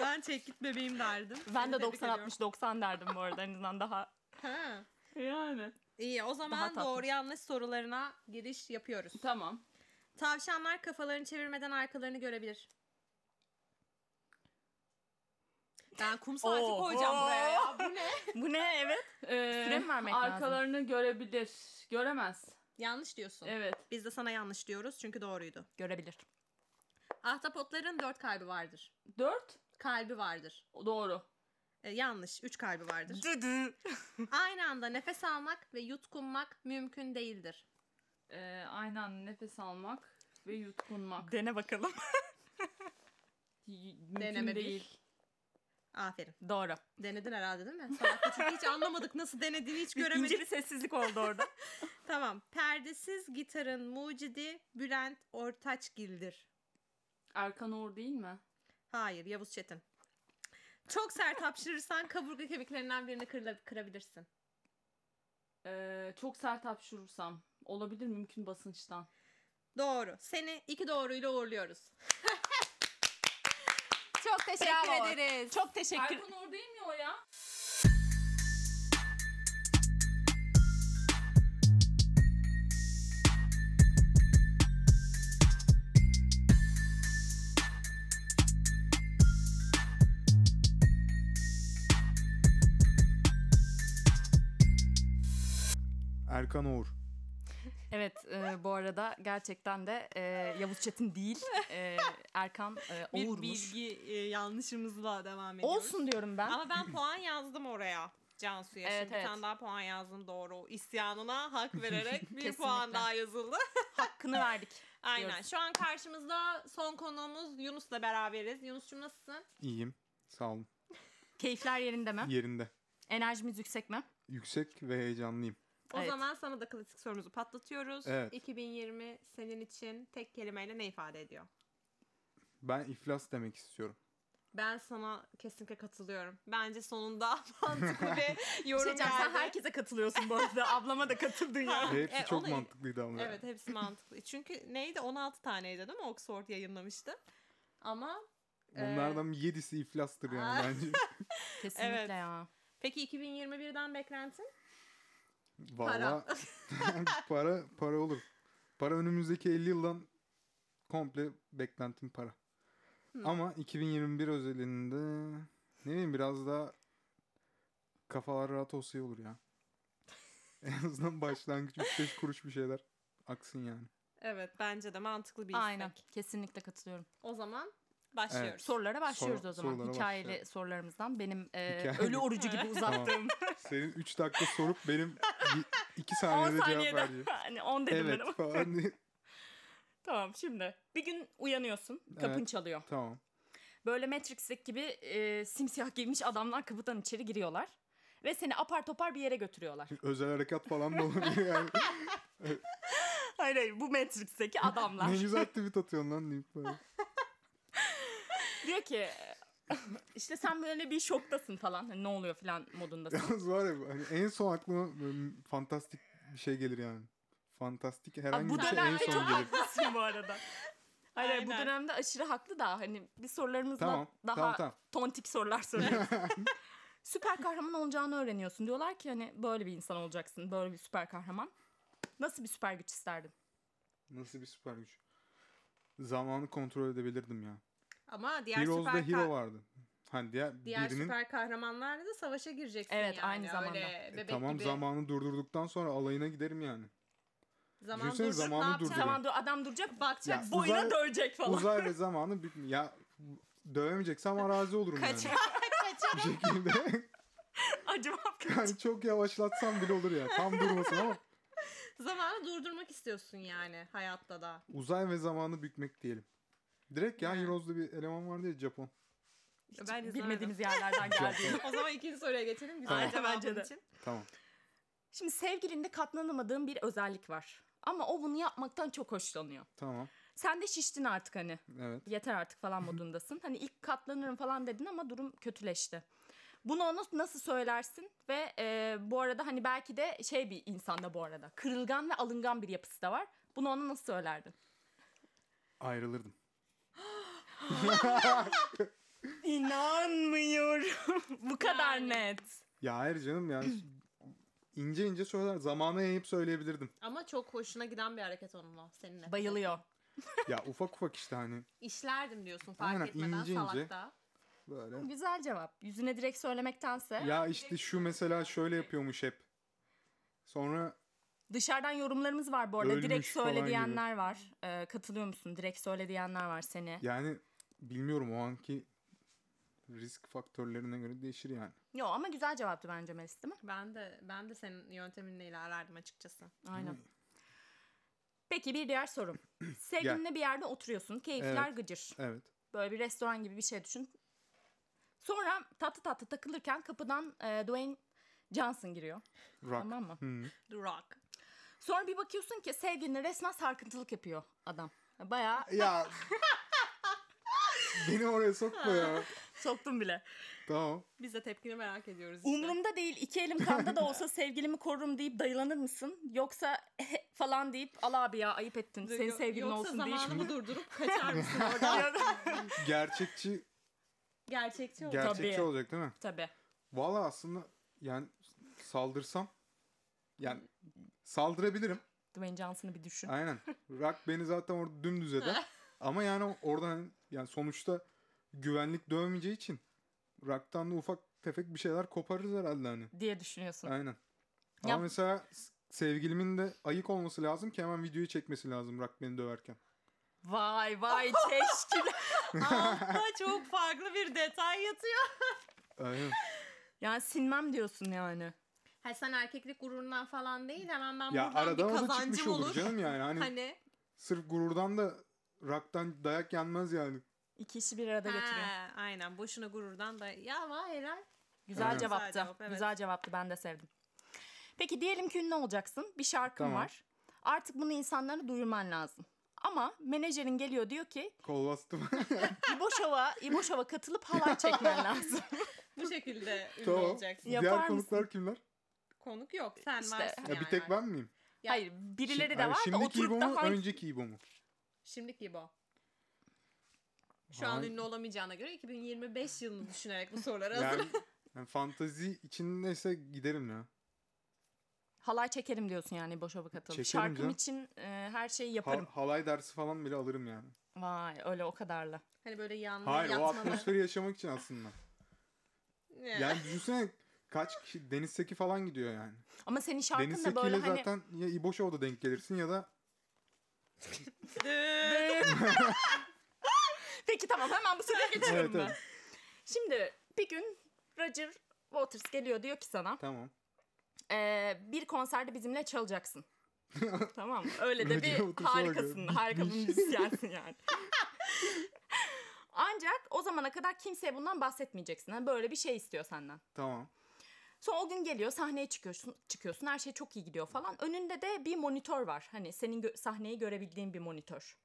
Speaker 2: ben çek git bebeğim derdim.
Speaker 1: ben de
Speaker 2: Seni tebrik ediyorum.
Speaker 1: 90-60-90 derdim bu arada. En azından daha
Speaker 2: Ha.
Speaker 5: yani.
Speaker 2: İyi o zaman
Speaker 1: tatlı.
Speaker 2: doğru yanlış sorularına giriş yapıyoruz.
Speaker 5: Tamam.
Speaker 2: Tavşanlar kafalarını çevirmeden arkalarını görebilir. Ben kum saati
Speaker 1: Oho!
Speaker 2: koyacağım buraya ya. Bu ne?
Speaker 1: Bu ne evet.
Speaker 5: Ee,
Speaker 1: Süre mi vermek lazım?
Speaker 5: arkalarını görebilir. Göremez.
Speaker 2: Yanlış diyorsun.
Speaker 5: Evet.
Speaker 2: Biz de sana yanlış diyoruz çünkü doğruydu.
Speaker 1: Görebilir.
Speaker 2: Ahtapotların dört kalbi vardır.
Speaker 5: 4
Speaker 2: Kalbi vardır.
Speaker 5: doğru.
Speaker 2: E, yanlış. Üç kalbi vardır.
Speaker 1: Dıdı.
Speaker 2: Aynı anda nefes almak ve yutkunmak mümkün değildir.
Speaker 5: Ee, aynen nefes almak ve yutkunmak.
Speaker 1: Dene bakalım.
Speaker 5: Y- Mümkün
Speaker 2: Deneme bir.
Speaker 5: değil.
Speaker 2: Aferin.
Speaker 1: Doğru.
Speaker 2: Denedin herhalde değil mi? Salakta çünkü hiç anlamadık nasıl denediğini hiç göremedik.
Speaker 1: İnce bir sessizlik oldu orada.
Speaker 2: Tamam. Perdesiz gitarın mucidi Bülent Ortaçgil'dir.
Speaker 5: Erkan Uğur değil mi?
Speaker 2: Hayır Yavuz Çetin. Çok sert hapşırırsan kaburga kemiklerinden birini kırla- kırabilirsin.
Speaker 5: Ee, çok sert hapşurursam olabilir mümkün basınçtan.
Speaker 2: Doğru. Seni iki doğruyla uğurluyoruz.
Speaker 1: Çok teşekkür ederiz. Çok teşekkür.
Speaker 5: Erkan Uğur değil mi o ya?
Speaker 6: Erkan Uğur.
Speaker 1: Evet e, bu arada gerçekten de e, Yavuz Çetin değil. e, Erkan e, Oğur'muş.
Speaker 2: e, yanlışımızla devam
Speaker 1: Olsun diyorum ben.
Speaker 2: Ama ben puan yazdım oraya. Cansu'ya
Speaker 1: Evet,
Speaker 2: şimdi
Speaker 1: evet.
Speaker 2: bir tane daha puan yazdım doğru. İsyanına hak vererek bir
Speaker 1: Kesinlikle.
Speaker 2: puan daha yazıldı.
Speaker 1: Hakkını verdik.
Speaker 2: Aynen.
Speaker 1: Diyoruz.
Speaker 2: Şu an karşımızda son konuğumuz Yunus'la beraberiz. Yunus'cum nasılsın?
Speaker 6: İyiyim. Sağ olun.
Speaker 1: Keyifler yerinde mi?
Speaker 6: Yerinde.
Speaker 1: Enerjimiz yüksek mi?
Speaker 6: Yüksek ve heyecanlıyım.
Speaker 2: O
Speaker 1: Evet.
Speaker 2: zaman sana da klasik sorumuzu patlatıyoruz.
Speaker 6: Evet.
Speaker 2: 2020 senin için tek kelimeyle ne ifade ediyor?
Speaker 6: Ben iflas demek istiyorum.
Speaker 2: Ben sana kesinlikle katılıyorum. Bence sonunda mantıklı bir yorum
Speaker 1: Şey canım, sen
Speaker 2: geldi.
Speaker 1: herkese katılıyorsun bu arada. Ablama da katıldın ya.
Speaker 2: Ha,
Speaker 6: Ve hepsi
Speaker 2: e,
Speaker 6: çok
Speaker 2: onu-
Speaker 6: mantıklıydı ama.
Speaker 2: Evet hepsi mantıklı. Çünkü neydi 16 taneydi değil mi Oxford yayınlamıştı. Ama e-
Speaker 6: Bunlardan 7'si iflastır yani
Speaker 2: Aa.
Speaker 6: bence.
Speaker 1: Kesinlikle
Speaker 2: Evet.
Speaker 1: ya.
Speaker 2: peki 2021'den beklentin?
Speaker 6: Valla para. para olur. Para önümüzdeki 50 yıldan komple beklentim para.
Speaker 2: Hmm.
Speaker 6: Ama 2021 özelinde ne bileyim biraz daha kafalar rahat olsa iyi olur ya. en azından başlangıç 3-5 kuruş bir şeyler aksın yani.
Speaker 2: Evet bence de mantıklı bir istek.
Speaker 1: Aynen. Kesinlikle katılıyorum.
Speaker 2: O zaman başlıyoruz.
Speaker 6: Evet.
Speaker 1: Sorulara başlıyoruz
Speaker 6: Soru-
Speaker 1: o zaman.
Speaker 6: sorulara
Speaker 1: Hikayeli
Speaker 6: başlayalım.
Speaker 1: sorularımızdan benim e,
Speaker 6: Hikayeli.
Speaker 1: ölü orucu gibi uzattığım
Speaker 6: Senin 3 dakika sorup benim 2
Speaker 1: 10
Speaker 6: saniyede cevap
Speaker 1: saniyede
Speaker 6: vereceğim.
Speaker 1: hani 10 dedim
Speaker 6: Evet
Speaker 1: ben ama.
Speaker 6: falan diye.
Speaker 1: Tamam şimdi. Bir gün uyanıyorsun. Kapın
Speaker 6: Evet.
Speaker 1: çalıyor.
Speaker 6: Tamam.
Speaker 1: Böyle Matrix'teki gibi e, simsiyah giymiş adamlar kapıdan içeri giriyorlar. Ve seni apar topar bir yere götürüyorlar.
Speaker 6: Şimdi özel harekat falan da olabilir yani.
Speaker 1: hayır hayır bu Matrix'teki adamlar.
Speaker 6: ne güzel tweet atıyorsun lan deyip böyle.
Speaker 1: Diyor ki "Eh, işte sen böyle bir şoktasın falan. Hani ne oluyor falan modundasın.
Speaker 6: Yalnız var ya hani en son aklıma böyle fantastik bir şey gelir yani. Fantastik
Speaker 1: Abi
Speaker 6: herhangi
Speaker 1: bu
Speaker 6: bir şey en
Speaker 1: dönemde çok
Speaker 6: son gelir.
Speaker 1: haklısın bu arada. Hayır, hayır, bu
Speaker 2: Aynen.
Speaker 1: dönemde aşırı haklı da hani bir sorularımızla
Speaker 6: Tamam,
Speaker 1: daha
Speaker 6: tamam, tamam.
Speaker 1: tontik sorular soruyoruz. süper kahraman olacağını öğreniyorsun. Diyorlar ki hani böyle bir insan olacaksın. Böyle bir süper kahraman. Nasıl bir süper güç isterdin?
Speaker 6: Nasıl bir süper güç. Zamanı kontrol edebilirdim ya.
Speaker 2: Ama diğer
Speaker 6: Heroes'da
Speaker 2: süper
Speaker 6: Hero
Speaker 2: kah-
Speaker 6: vardı. Hani diğer,
Speaker 2: diğer
Speaker 6: birinin
Speaker 2: süper kahramanlarla da savaşa gireceksin
Speaker 1: Evet,
Speaker 2: yani.
Speaker 1: aynı zamanda.
Speaker 2: Öyle
Speaker 6: E,
Speaker 2: bebek
Speaker 6: tamam
Speaker 2: gibi.
Speaker 6: zamanı durdurduktan sonra alayına giderim yani.
Speaker 2: Zaman
Speaker 6: Düşünsene
Speaker 2: durdurup ne
Speaker 6: zamanı
Speaker 2: yapacaksın?
Speaker 6: durduruyor.
Speaker 1: Zaman dur adam duracak bakacak
Speaker 6: Ya,
Speaker 1: boyuna
Speaker 6: uzay-
Speaker 1: dövecek falan.
Speaker 6: Uzay ve zamanı bir- ya dövemeyeceksem arazi olurum yani.
Speaker 2: Kaçar.
Speaker 6: Bir şekilde
Speaker 1: Acımak.
Speaker 6: yani çok yavaşlatsam bile olur ya. Tam durmasın ama
Speaker 2: Zamanı durdurmak istiyorsun yani hayatta da.
Speaker 6: uzay ve zamanı bükmek diyelim. Direkt ya
Speaker 2: Yani.
Speaker 6: Heroes'da bir eleman vardı ya Japon.
Speaker 2: ben izlerdim.
Speaker 1: bilmediğimiz yerlerden geldi.
Speaker 6: Japon.
Speaker 2: O zaman ikinci soruya geçelim. Güzel
Speaker 1: Aynen,
Speaker 2: cevabın
Speaker 1: bence de.
Speaker 2: için.
Speaker 6: Tamam.
Speaker 1: Şimdi sevgilinde katlanamadığın bir özellik var. Ama o bunu yapmaktan çok hoşlanıyor.
Speaker 6: Tamam.
Speaker 1: Sen de şiştin artık hani.
Speaker 6: Evet.
Speaker 1: yeter artık falan modundasın. Hani ilk katlanırım falan dedin ama durum kötüleşti. Bunu ona nasıl söylersin ve e, bu arada hani belki de şey bir insanda bu arada kırılgan ve alıngan bir yapısı da var. Bunu ona nasıl söylerdin?
Speaker 6: Ayrılırdım.
Speaker 1: İnanmıyorum. bu kadar
Speaker 2: Yani.
Speaker 1: net.
Speaker 6: Ya hayır canım yani ince ince söyler. Zamana yayıp söyleyebilirdim.
Speaker 2: Ama çok hoşuna giden bir hareket onunla seninle.
Speaker 1: Bayılıyor.
Speaker 6: Ya ufak ufak işte hani
Speaker 2: İşlerdim diyorsun fark
Speaker 6: Aynen,
Speaker 2: etmeden
Speaker 6: ince ince.
Speaker 2: salakta.
Speaker 6: böyle.
Speaker 1: Güzel cevap. Yüzüne direkt söylemektense
Speaker 6: Ya işte şu mesela şöyle yapıyormuş hep. Sonra
Speaker 1: dışarıdan yorumlarımız var bu arada.
Speaker 6: Ölmüş
Speaker 1: direkt
Speaker 6: falan
Speaker 1: söyle
Speaker 6: gibi.
Speaker 1: diyenler var. E, katılıyor musun? Direkt söyle diyenler var seni.
Speaker 6: yani bilmiyorum o anki risk faktörlerine göre değişir yani.
Speaker 1: Yo ama güzel cevaptı bence Melis değil mi?
Speaker 2: Ben de ben de senin yönteminle ilerlerdim açıkçası.
Speaker 1: Aynen. Peki bir diğer sorum. Sevgilinle bir yerde oturuyorsun. Keyifler
Speaker 6: Evet.
Speaker 1: gıcır.
Speaker 6: Evet.
Speaker 1: Böyle bir restoran gibi bir şey düşün. Sonra tatlı tatlı takılırken kapıdan e, Dwayne Johnson giriyor.
Speaker 6: Rock.
Speaker 1: Tamam mı?
Speaker 6: Hı.
Speaker 2: Durak.
Speaker 1: Sonra bir bakıyorsun ki sevgiline resmen sarkıntılık yapıyor adam. Bayağı
Speaker 6: Ya beni oraya sokma ya.
Speaker 1: soktum bile.
Speaker 6: Tamam.
Speaker 2: Biz de tepkini merak ediyoruz işte.
Speaker 1: Umurumda değil iki elim kanda da olsa sevgilimi korurum deyip dayılanır mısın? Yoksa falan deyip al abi ya ayıp ettin. Senin sevgilin
Speaker 2: Yoksa
Speaker 1: olsun diye.
Speaker 2: zamanımı durdurup kaçar mısın orada?
Speaker 6: Gerçekçi
Speaker 2: Gerçekçi ol.
Speaker 6: gerçekçi
Speaker 1: Tabii.
Speaker 6: olacak değil mi?
Speaker 1: Tabii.
Speaker 6: Valla aslında yani saldırsam yani saldırabilirim.
Speaker 1: Dwayne Johnson'ı bir düşün.
Speaker 6: Aynen. Rock beni zaten orada dümdüz eder. Ama yani o- oradan hani- yani sonuçta güvenlik dövmeyeceği için Rock'tan da ufak tefek bir şeyler koparırız herhalde hani.
Speaker 1: diye düşünüyorsun.
Speaker 6: Aynen.
Speaker 1: Ya-
Speaker 6: Ama mesela s- sevgilimin de ayık olması lazım ki hemen videoyu çekmesi lazım Rock beni döverken.
Speaker 1: Vay vay keşke
Speaker 2: Altta çok farklı bir detay yatıyor.
Speaker 6: Aynen.
Speaker 1: Yani sinmem diyorsun yani.
Speaker 2: Ha sen erkeklik gururundan falan değil hemen ben
Speaker 6: ya
Speaker 2: buradan bir
Speaker 6: aradan o da çıkmış
Speaker 2: kazancım
Speaker 6: olur.
Speaker 2: olur.
Speaker 6: canım yani. Hani,
Speaker 2: Hani
Speaker 6: sırf gururdan da Rock'tan dayak yenmez yani.
Speaker 1: İki işi bir arada götürüyor.
Speaker 2: ha, aynen boşuna gururdan da ya vay helal.
Speaker 1: Güzel
Speaker 6: Evet.
Speaker 1: cevaptı.
Speaker 2: Güzel
Speaker 1: Güzel,
Speaker 2: cevap, evet.
Speaker 1: cevaptı. Ben de sevdim. Peki diyelim ki ünlü olacaksın. Bir şarkın
Speaker 6: Tamam.
Speaker 1: var. Artık bunu insanlara duyurman lazım. Ama menajerin geliyor diyor ki
Speaker 6: Kol bastım.
Speaker 1: İboşov'a İboşov'a katılıp halay çekmen lazım.
Speaker 2: Bu şekilde ünlü
Speaker 6: Tamam.
Speaker 2: olacaksın.
Speaker 1: Yapar
Speaker 6: Diğer
Speaker 1: mısın?
Speaker 6: konuklar kimler?
Speaker 2: Konuk yok. Sen
Speaker 1: İşte.
Speaker 2: varsın
Speaker 6: Ya
Speaker 2: yani.
Speaker 6: e, bir tek ben miyim?
Speaker 2: Ya-
Speaker 1: Hayır birileri
Speaker 6: Şimdi-
Speaker 1: de
Speaker 6: hani
Speaker 1: var da
Speaker 6: Şimdiki İbo
Speaker 1: oturup da
Speaker 6: mu,
Speaker 1: hangi...
Speaker 6: önceki İbo mu?
Speaker 2: Şimdiki gibi o. Şu an
Speaker 6: Hangi-
Speaker 2: ünlü olamayacağına göre 2025 yılını düşünerek bu sorulara hazır.
Speaker 6: Yani, yani fantazi içindeyse giderim ya.
Speaker 1: Halay çekerim diyorsun yani boşa katılıp.
Speaker 6: Çekerim
Speaker 1: Şarkım
Speaker 6: canım.
Speaker 1: için e, her şeyi
Speaker 6: Ha-
Speaker 1: yaparım.
Speaker 6: halay dersi falan bile alırım yani.
Speaker 1: Vay öyle o kadarla.
Speaker 2: Hani böyle yanlı
Speaker 6: Hayır o
Speaker 2: yatmalı.
Speaker 6: atmosferi yaşamak için aslında.
Speaker 2: Ne?
Speaker 6: Yani düşünsene kaç kişi Deniz Seki falan gidiyor yani.
Speaker 1: Ama senin şarkın
Speaker 6: Deniz
Speaker 1: da böyle
Speaker 6: Seki'yle
Speaker 1: hani
Speaker 6: zaten ya İbo Show'da denk gelirsin ya da
Speaker 1: Peki tamam hemen bu soruya geçiyorum
Speaker 6: Evet,
Speaker 1: ben.
Speaker 6: evet.
Speaker 1: Şimdi bir gün Roger Waters geliyor diyor ki sana
Speaker 6: tamam.
Speaker 1: "Ee, bir konserde bizimle çalacaksın. tamam mı? Öyle de
Speaker 6: Roger
Speaker 1: bir
Speaker 6: Waters'a bak ya,
Speaker 1: harikasın. Harika bir müzisyensin yani. Ancak o zamana kadar kimseye bundan bahsetmeyeceksin. Hani böyle bir şey istiyor senden.
Speaker 6: Tamam.
Speaker 1: Sonra o gün geliyor sahneye çıkıyorsun, çıkıyorsun her şey çok iyi gidiyor falan. Önünde de bir monitör var. Hani senin gö- sahneyi görebildiğin bir monitör.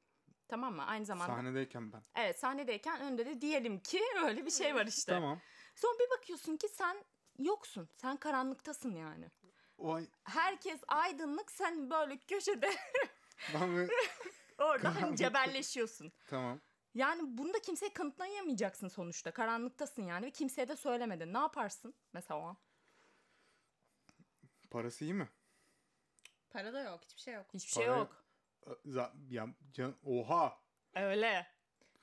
Speaker 1: Tamam mı? Aynı zamanda.
Speaker 6: Sahnedeyken ben.
Speaker 1: Evet sahnedeyken önünde de diyelim ki öyle bir şey var işte.
Speaker 6: Tamam.
Speaker 1: Sonra bir bakıyorsun ki sen yoksun. Sen karanlıktasın yani.
Speaker 6: O ay
Speaker 1: Herkes aydınlık sen böyle köşede
Speaker 6: ben böyle-
Speaker 1: orada hani
Speaker 6: Karanlıkta.
Speaker 1: cebelleşiyorsun.
Speaker 6: tamam.
Speaker 1: Yani bunu da kimseye kanıtlayamayacaksın sonuçta. Karanlıktasın yani ve kimseye de söylemedin. Ne yaparsın mesela o an?
Speaker 6: Parası iyi mi?
Speaker 2: Para da yok hiçbir şey yok.
Speaker 1: Hiçbir şey
Speaker 6: Para-
Speaker 1: yok.
Speaker 6: Ö- za- Ya, can, oha.
Speaker 1: Öyle.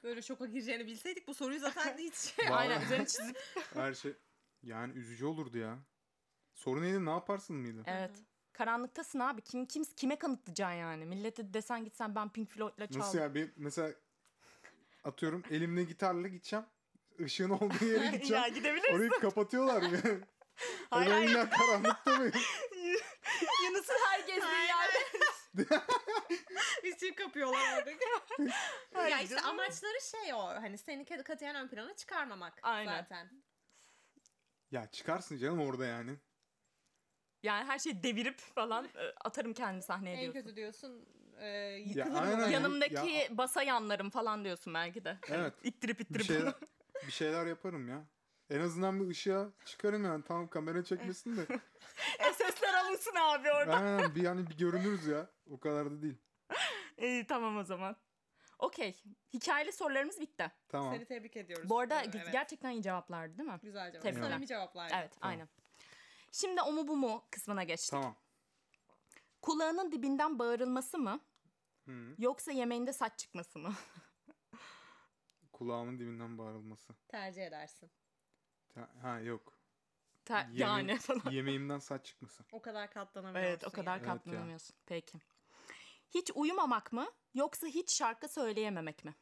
Speaker 2: Böyle şoka gireceğini bilseydik bu soruyu zaten hiç şey
Speaker 6: Vallahi-
Speaker 1: Aynen üzerine çizip.
Speaker 6: Her şey. Yani üzücü olurdu ya. Soru neydi? Ne yaparsın mıydı?
Speaker 1: Evet. Karanlıktasın abi. Kim kim kime kanıtlayacaksın yani? Millete desen gitsen ben Pink Floyd'la çaldım.
Speaker 6: Nasıl ya? Bir, mesela atıyorum elimde gitarla gideceğim. Işığın olduğu yere gideceğim.
Speaker 1: ya gidebilir
Speaker 6: Orayı kapatıyorlar ya. Hani
Speaker 1: Hayır, hayır.
Speaker 6: Orayı illa karanlıkta mı?
Speaker 1: Yunus'un her gezdiği yerde.
Speaker 2: Bizi şey kapıyorlar orada. ya
Speaker 1: Hayır
Speaker 2: işte
Speaker 1: canım.
Speaker 2: amaçları şey o. Hani seni kat- katiyen ön plana çıkarmamak
Speaker 1: Aynen.
Speaker 2: zaten.
Speaker 6: ya çıkarsın canım orada yani.
Speaker 1: Yani her şeyi devirip falan e, atarım kendimi sahneye
Speaker 2: En
Speaker 1: diyorsun.
Speaker 2: kötü diyorsun e, yıkılır
Speaker 6: aynen.
Speaker 2: mı?
Speaker 1: Yanımdaki
Speaker 6: Ya-
Speaker 1: basa yanlarım falan diyorsun belki de.
Speaker 6: Evet.
Speaker 1: İttirip
Speaker 6: Bir şey-
Speaker 1: ittirip.
Speaker 6: şeyler, bir şeyler yaparım ya. En azından bir ışığa çıkarım yani. Tamam kamera çekmesin de.
Speaker 1: SS'ler alınsın abi orada.
Speaker 6: Aynen bir yani bir görünürüz ya. O kadar da değil.
Speaker 1: İyi tamam o zaman. Okey. Hikayeli sorularımız bitti.
Speaker 6: Tamam.
Speaker 2: Seni tebrik ediyoruz.
Speaker 1: Bu arada
Speaker 2: Evet.
Speaker 1: ge- gerçekten iyi cevaplardı değil mi?
Speaker 2: Güzel cevap.
Speaker 1: Tebrikler.
Speaker 2: Samimi cevaplar.
Speaker 1: Evet aynen. Şimdi o mu bu mu kısmına geçtik.
Speaker 6: Tamam.
Speaker 1: Kulağının dibinden bağırılması mı
Speaker 6: Hı.
Speaker 1: yoksa yemeğinde saç çıkması mı?
Speaker 6: Kulağımın dibinden bağırılması.
Speaker 2: Tercih edersin.
Speaker 6: Ta- Ha yok.
Speaker 1: Ter-
Speaker 6: Yeme-
Speaker 1: yani falan.
Speaker 6: Yemeğimden saç çıkması.
Speaker 2: O kadar katlanamıyorsun.
Speaker 1: Evet o kadar
Speaker 2: yani.
Speaker 6: ya.
Speaker 1: katlanamıyorsun. Peki. Hiç uyumamak mı yoksa hiç şarkı söyleyememek mi?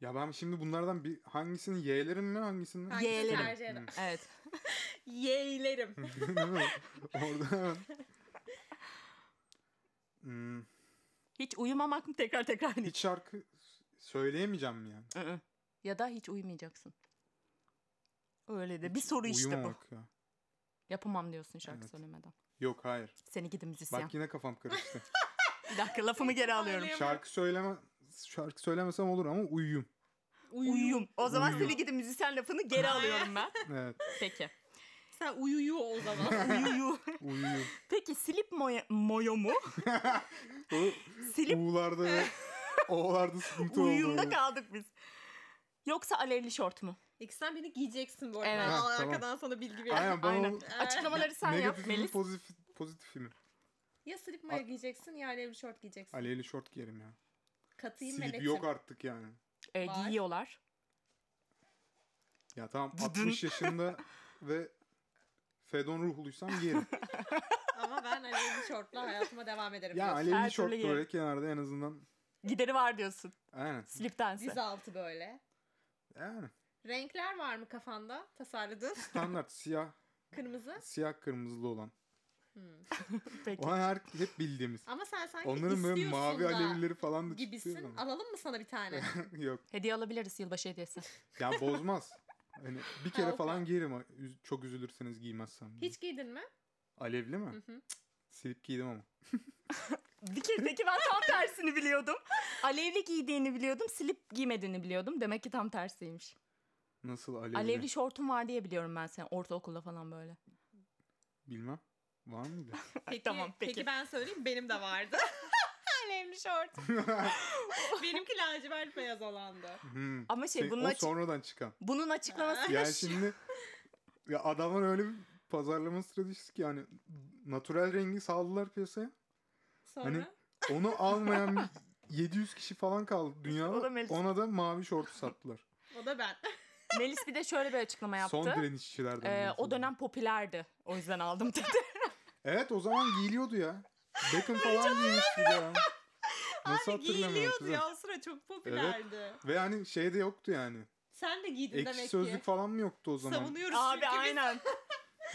Speaker 6: Ya ben şimdi bunlardan bir hangisini yeğlerim mi hangisini?
Speaker 2: Hangisini
Speaker 1: Yeğlerim.
Speaker 2: tercih ederim.
Speaker 1: Evet.
Speaker 2: Yeğlerim.
Speaker 6: Hmm. Değil mi? Orada hemen. Hmm,
Speaker 1: Hiç uyumamak mı tekrar tekrar
Speaker 6: Hiç şarkı söyleyemeyeceğim mi yani?
Speaker 1: Hı-hı. Ya da hiç uyumayacaksın. Öyle de bir soru işte bu.
Speaker 6: Uyumamak ya.
Speaker 1: Yapamam diyorsun şarkı
Speaker 6: Evet.
Speaker 1: söylemeden.
Speaker 6: Yok hayır.
Speaker 1: Seni gidi müzisyen.
Speaker 6: Bak yine kafam karıştı.
Speaker 1: Bir dakika lafımı geri alıyorum.
Speaker 6: şarkı söyleme şarkı söylemesem olur ama uyuyum.
Speaker 1: Uyuyum. O zaman
Speaker 6: Uyuyum.
Speaker 1: seni gidi müzisyen lafını geri alıyorum ben.
Speaker 6: Evet.
Speaker 1: Peki.
Speaker 2: Sen uyuyor o zaman.
Speaker 1: Uyuyu.
Speaker 6: Uyuyum.
Speaker 1: Peki silip moyo, moyo mu?
Speaker 6: O
Speaker 1: Silip
Speaker 6: U'larda ve O'larda sıkıntı oldu.
Speaker 1: uyuyumda
Speaker 6: öyle.
Speaker 1: kaldık biz. Yoksa alevli şort mu?
Speaker 2: İkisinden birini giyeceksin bu arada.
Speaker 1: Evet.
Speaker 2: Ben
Speaker 6: Ha, tamam.
Speaker 2: arkadan sana bilgi veriyorum.
Speaker 6: Aynen bana
Speaker 1: Aynen.
Speaker 6: o-
Speaker 1: Açıklamaları sen yap
Speaker 6: Negatif mi
Speaker 1: Melis.
Speaker 6: pozitif, pozitif mi?
Speaker 2: Ya slip mayo giyeceksin ya alevli şort giyeceksin.
Speaker 6: Aleyli şort giyerim ya.
Speaker 2: Katıyım
Speaker 6: Silip
Speaker 2: meletim.
Speaker 6: yok artık yani.
Speaker 1: Ee,
Speaker 2: Var.
Speaker 1: giyiyorlar.
Speaker 6: Ya tamam
Speaker 1: Dıdın.
Speaker 6: 60 yaşında ve Fedon ruhluysam giyerim.
Speaker 2: Ama ben alevli şortla hayatıma devam ederim.
Speaker 6: ya
Speaker 2: diyorsun.
Speaker 1: Her
Speaker 6: alevli
Speaker 1: türlü
Speaker 6: şort
Speaker 1: giyerim.
Speaker 6: böyle kenarda en azından.
Speaker 1: Gideri var diyorsun.
Speaker 6: Aynen.
Speaker 1: Sliptense.
Speaker 2: Diz altı böyle.
Speaker 6: Yani
Speaker 2: Renkler var mı kafanda tasarladığın?
Speaker 6: standart siyah
Speaker 2: Kırmızı.
Speaker 6: siyah kırmızılı olan.
Speaker 2: Hmm.
Speaker 1: Peki.
Speaker 6: O her hep bildiğimiz.
Speaker 2: Ama sen sanki
Speaker 6: Onların böyle
Speaker 2: istiyorsun
Speaker 6: mavi
Speaker 2: da
Speaker 6: alevlileri falan da çıkıyor.
Speaker 2: gibisin.
Speaker 6: ama.
Speaker 2: Alalım mı sana bir tane?
Speaker 6: Yok.
Speaker 1: Hediye alabiliriz yılbaşı hediyesi.
Speaker 6: Ya bozmaz. Hani bir kere
Speaker 2: o kadar.
Speaker 6: falan giyerim. ama üz- Çok üzülürseniz giymezsem. diye.
Speaker 2: Hiç giydin mi?
Speaker 6: Alevli mi?
Speaker 2: Hı hı.
Speaker 6: Silip giydim ama.
Speaker 1: Bir kere peki ben tam tersini biliyordum. Alevli giydiğini biliyordum, silip giymediğini biliyordum. Demek ki tam tersiymiş.
Speaker 6: Nasıl alevli?
Speaker 1: Alevli şortum var diye biliyorum ben sen ortaokulda falan böyle.
Speaker 6: Bilmem. Var mıydı?
Speaker 2: Peki,
Speaker 1: tamam, peki.
Speaker 2: ben söyleyeyim benim de vardı. Alevli şort. Benimki lacivert beyaz olandı.
Speaker 6: Hmm.
Speaker 1: Ama şey
Speaker 6: Sen-
Speaker 1: bunun,
Speaker 6: o
Speaker 1: açı-
Speaker 6: sonradan çıkan.
Speaker 1: bunun açıklaması
Speaker 6: Yani şimdi ya adamın öyle bir pazarlama stratejisi ki yani natural rengi saldılar piyasaya.
Speaker 2: Sonra
Speaker 6: Hani onu almayan bir 700 kişi falan kaldı
Speaker 1: O da
Speaker 6: dünyada.
Speaker 1: Melis.
Speaker 6: Ona da mavi şortu sattılar.
Speaker 2: o da ben.
Speaker 1: Melis bir de şöyle bir açıklama yaptı.
Speaker 6: Son direnişçilerden.
Speaker 1: Ee,
Speaker 6: biri
Speaker 1: o
Speaker 6: sanırım.
Speaker 1: dönem popülerdi. O yüzden aldım dedi.
Speaker 6: Evet o zaman giyiliyordu ya. Beckham falan giymişti ya. Nasıl
Speaker 2: Abi
Speaker 6: hatırlamıyorum
Speaker 2: giyiliyordu
Speaker 6: kızım.
Speaker 2: ya o sıra çok popülerdi.
Speaker 6: Ve hani şey de yoktu yani.
Speaker 2: Sen de giydin
Speaker 6: Ekşi
Speaker 2: demek
Speaker 6: sözlük
Speaker 2: ki.
Speaker 6: falan mı yoktu o zaman?
Speaker 2: Savunuyoruz
Speaker 1: Abi
Speaker 2: çünkü
Speaker 1: aynen.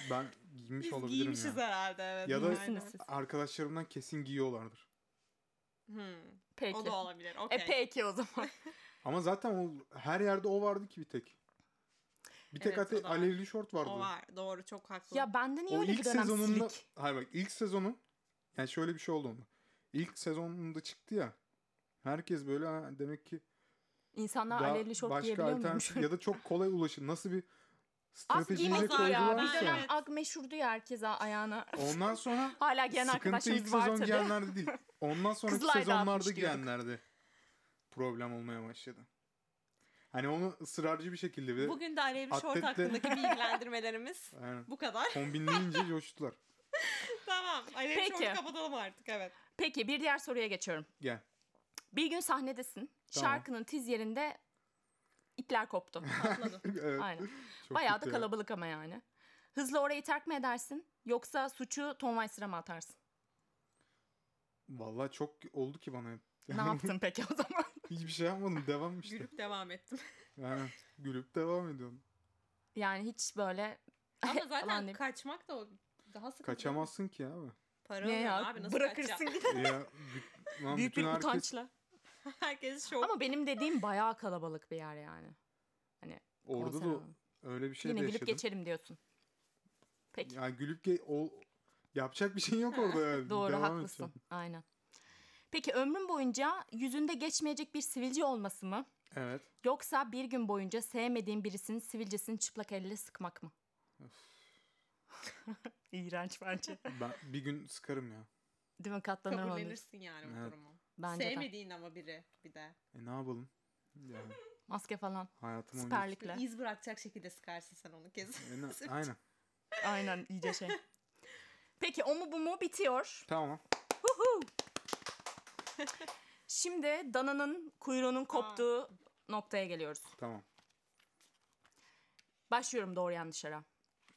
Speaker 6: Ben giymiş
Speaker 2: biz, biz
Speaker 6: olabilirim ya.
Speaker 2: giymişiz herhalde. Evet.
Speaker 6: Ya da-
Speaker 2: Aynen.
Speaker 1: Siz.
Speaker 6: Arkadaşlarımdan kesin giyiyorlardır.
Speaker 2: Hmm,
Speaker 1: Peki.
Speaker 2: O da olabilir.
Speaker 1: E
Speaker 2: Okey.
Speaker 1: peki o zaman.
Speaker 6: Ama zaten o, her yerde o vardı ki bir tek. Bir
Speaker 2: Evet,
Speaker 6: tek
Speaker 2: o
Speaker 6: ate-
Speaker 2: da var.
Speaker 6: alevli şort vardı.
Speaker 2: O var. Doğru çok haklı.
Speaker 1: ya bende niye
Speaker 6: O
Speaker 1: öyle
Speaker 6: ilk
Speaker 1: bir dönem
Speaker 6: sezonunda
Speaker 1: silik?
Speaker 6: hayır bak ilk sezonu yani şöyle bir şey oldu onda. İlk sezonunda çıktı ya. Herkes böyle "Ha, demek ki
Speaker 1: İnsanlar
Speaker 6: daha
Speaker 1: alevli şort
Speaker 6: başka
Speaker 1: giyebiliyor muymuş?
Speaker 6: alternatif ya da çok kolay ulaşın. Nasıl bir
Speaker 1: Az
Speaker 6: stratejiyle
Speaker 1: giymek o ya. Bir
Speaker 6: koydularsa.
Speaker 1: dönem
Speaker 2: Evet.
Speaker 1: ag meşhurdu ya herkes a- ayağına.
Speaker 6: Ondan sonra
Speaker 1: Hala giyen
Speaker 6: sıkıntı ilk
Speaker 1: arkadaşlarımız var
Speaker 6: sezon
Speaker 1: tabii.
Speaker 6: giyenlerde değil. Ondan sonraki
Speaker 1: Kızılay'da
Speaker 6: sezonlarda
Speaker 1: atmış diyorduk.
Speaker 6: giyenlerde problem olmaya başladı. Hani onu ısrarcı bir şekilde bir de
Speaker 2: Bugün de Alevli Şort
Speaker 6: atletle-
Speaker 2: hakkındaki bilgilendirmelerimiz
Speaker 6: aynen,
Speaker 2: bu kadar.
Speaker 6: kombinleyince coştular.
Speaker 2: tamam. Alevli
Speaker 1: Peki.
Speaker 2: Şort'u kapatalım artık evet.
Speaker 1: Peki bir diğer soruya geçiyorum.
Speaker 6: Gel.
Speaker 1: Bir gün sahnedesin.
Speaker 6: Tamam.
Speaker 1: Şarkının tiz yerinde ipler koptu.
Speaker 2: Patladı.
Speaker 6: Evet,
Speaker 1: Aynen.
Speaker 6: çok
Speaker 1: Bayağı da
Speaker 6: kötü ya.
Speaker 1: kalabalık ama yani. Hızlı orayı terk mi edersin? Yoksa suçu Tom Weiser'a mı atarsın?
Speaker 6: Vallahi çok oldu ki bana hep.
Speaker 1: Ne yaptın peki o zaman?
Speaker 6: Hiçbir şey yapmadım. Devam işte.
Speaker 2: Gülüp devam ettim.
Speaker 6: Aynen. Gülüp devam ediyorum.
Speaker 1: Yani hiç böyle
Speaker 2: Ama
Speaker 1: Aman
Speaker 2: zaten
Speaker 1: diyeyim.
Speaker 2: kaçmak da o daha sıkıntı.
Speaker 6: Kaçamazsın ki abi.
Speaker 2: Para
Speaker 1: ne
Speaker 2: alıyorsun
Speaker 1: ya
Speaker 2: abi nasıl
Speaker 1: bırakırsın
Speaker 2: kaçacaksın?
Speaker 1: gidip
Speaker 6: Ya, gü- lan
Speaker 1: büyük bir
Speaker 6: bütün herkes-
Speaker 1: utançla.
Speaker 2: Herkes şok.
Speaker 1: Ama benim dediğim bayağı kalabalık bir yer yani.
Speaker 6: Orada
Speaker 1: Konser
Speaker 6: da
Speaker 1: alanı.
Speaker 6: öyle bir şey
Speaker 1: Yine
Speaker 6: de
Speaker 1: gülüp
Speaker 6: yaşadım.
Speaker 1: geçerim diyorsun. Peki.
Speaker 6: Ya gülüp ge- o yapacak bir şey yok orada yani.
Speaker 1: Doğru
Speaker 6: Devam
Speaker 1: haklısın.
Speaker 6: edeceğim.
Speaker 1: Aynen. Peki ömrün boyunca yüzünde geçmeyecek bir sivilce olması mı?
Speaker 6: Evet.
Speaker 1: Yoksa bir gün boyunca sevmediğin birisinin sivilcesini çıplak elle sıkmak mı? İğrenç bence.
Speaker 6: Ben bir gün sıkarım ya.
Speaker 1: Değil mi? Katlanırım ona.
Speaker 2: Kabullenirsin yani bu
Speaker 6: Evet.
Speaker 2: durumu.
Speaker 1: Bence de.
Speaker 2: Sevmediğin ama biri bir de.
Speaker 6: E ne yapalım? Yani
Speaker 1: Maske falan.
Speaker 6: hayatım oynuyor.
Speaker 1: Siperlikle.
Speaker 2: Bir iz bırakacak şekilde sıkarsın sen onu kez.
Speaker 6: E ne- Aynen.
Speaker 1: Aynen iyice şey. Peki o mu bu mu bitiyor.
Speaker 6: Tamam.
Speaker 1: Şimdi dananın kuyruğunun koptuğu noktaya geliyoruz.
Speaker 6: Tamam.
Speaker 1: Başlıyorum doğru yanlışlara.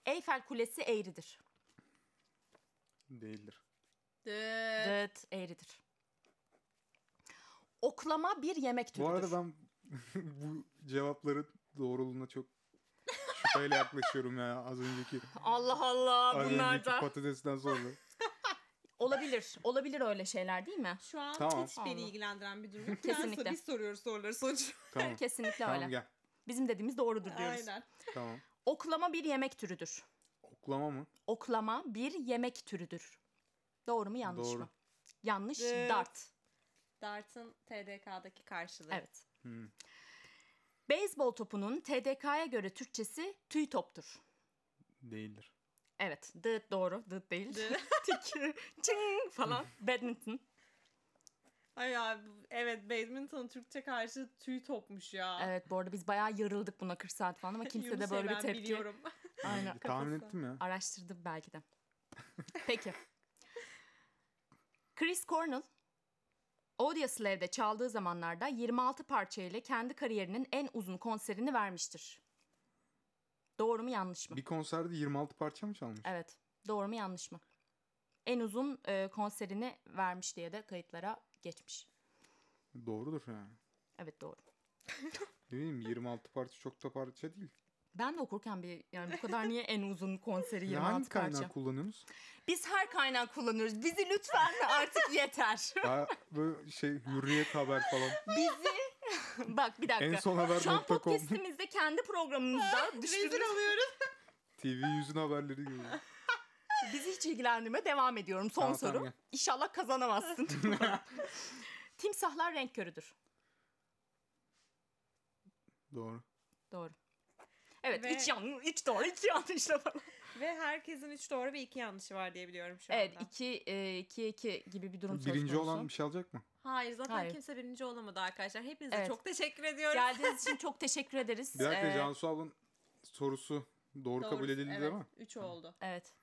Speaker 1: Eyfel Kulesi eğridir.
Speaker 6: Değildir.
Speaker 2: Dıt.
Speaker 1: Evet eğridir. Oklama bir yemek türüdür.
Speaker 6: Bu arada ben bu cevapların doğruluğuna çok şüpheyle yaklaşıyorum ya az önceki
Speaker 1: Allah Allah
Speaker 6: az
Speaker 1: bunlar
Speaker 6: önceki
Speaker 1: da.
Speaker 6: patatesten sonra.
Speaker 1: Olabilir. Olabilir öyle şeyler değil mi?
Speaker 2: Şu an
Speaker 6: Tamam.
Speaker 2: hiç beni
Speaker 1: Allah.
Speaker 2: ilgilendiren bir durum. yok.
Speaker 1: Kesinlikle.
Speaker 2: Yoksa Biz soruyoruz soruları sonuç.
Speaker 6: Tamam.
Speaker 1: Kesinlikle
Speaker 6: tamam
Speaker 1: öyle.
Speaker 6: gel.
Speaker 1: Bizim dediğimiz doğrudur diyoruz.
Speaker 2: Aynen.
Speaker 6: Tamam.
Speaker 1: Oklama bir yemek türüdür.
Speaker 6: Oklama mı?
Speaker 1: Oklama bir yemek türüdür. Doğru mu yanlış
Speaker 6: Doğru.
Speaker 1: mı? Yanlış.
Speaker 2: Evet.
Speaker 1: Dart.
Speaker 2: Dart'ın TDK'daki karşılığı.
Speaker 1: Evet.
Speaker 6: Hmm.
Speaker 1: Beyzbol topunun TDK'ya göre Türkçesi tüy toptur.
Speaker 6: Değildir.
Speaker 1: Evet. Dıt doğru. Dıt değil.
Speaker 2: Dı.
Speaker 1: Tik. Çing falan. Badminton.
Speaker 2: Ay ya bu- evet badminton Türkçe karşı tüy topmuş ya.
Speaker 1: Evet bu arada biz bayağı yarıldık buna 40 saat falan ama kimse de
Speaker 2: Yunus
Speaker 1: böyle bir
Speaker 2: Emre,
Speaker 1: tepki.
Speaker 2: biliyorum.
Speaker 1: Aynen.
Speaker 6: Yani tahmin
Speaker 2: Kafası.
Speaker 6: ettim ya.
Speaker 1: Araştırdım belki de. Peki. Chris Cornell Audioslave'de çaldığı zamanlarda 26 parça ile kendi kariyerinin en uzun konserini vermiştir. Doğru mu yanlış mı?
Speaker 6: Bir konserde 26 parça mı çalmış?
Speaker 1: Evet. Doğru mu yanlış mı? En uzun e, konserini vermiş diye de kayıtlara geçmiş.
Speaker 6: Doğrudur yani.
Speaker 1: Evet doğru.
Speaker 6: Ne bileyim 26 parça çok da parça değil.
Speaker 1: Ben de okurken bir yani bu kadar niye en uzun konseri
Speaker 6: Ne hangi
Speaker 1: 26
Speaker 6: kaynağı
Speaker 1: parça?
Speaker 6: kullanıyorsunuz?
Speaker 1: Biz her kaynağı kullanıyoruz. Bizi lütfen artık yeter.
Speaker 6: Daha böyle şey hürriyet haber falan.
Speaker 1: Bizi bak bir dakika.
Speaker 6: En son
Speaker 1: Şu an
Speaker 6: haber.com
Speaker 1: podcastimizde kendi programımızda
Speaker 2: Rezil
Speaker 1: düştüğümüz
Speaker 2: alıyoruz.
Speaker 6: TV yüzün haberleri gibi.
Speaker 1: bizi hiç ilgilendirme devam ediyorum. Son
Speaker 6: Tamam,
Speaker 1: soru.
Speaker 6: tamam, gel.
Speaker 1: İnşallah kazanamazsın. Timsahlar renk körüdür.
Speaker 6: Doğru.
Speaker 1: Doğru. Evet
Speaker 2: Ve-
Speaker 1: hiç yanlış, hiç doğru, hiç yanlış da falan.
Speaker 2: Ve herkesin üç doğru ve iki yanlışı var diye biliyorum şu
Speaker 1: Evet
Speaker 2: anda.
Speaker 1: 2 2 2 gibi bir durum söz
Speaker 6: Birinci
Speaker 1: konusu.
Speaker 6: olan bir şey alacak mı?
Speaker 2: Hayır zaten
Speaker 1: Hayır.
Speaker 2: kimse birinci olamadı arkadaşlar. Hepinize
Speaker 1: Evet.
Speaker 2: çok teşekkür ediyorum.
Speaker 1: Geldiğiniz için çok teşekkür ederiz.
Speaker 6: Bir dakika
Speaker 1: Ee,
Speaker 6: Cansu ablanın sorusu doğru, kabul
Speaker 2: e, Doğrusu,
Speaker 6: edildi
Speaker 2: evet,
Speaker 6: değil mi?
Speaker 2: Üç oldu.
Speaker 1: Evet.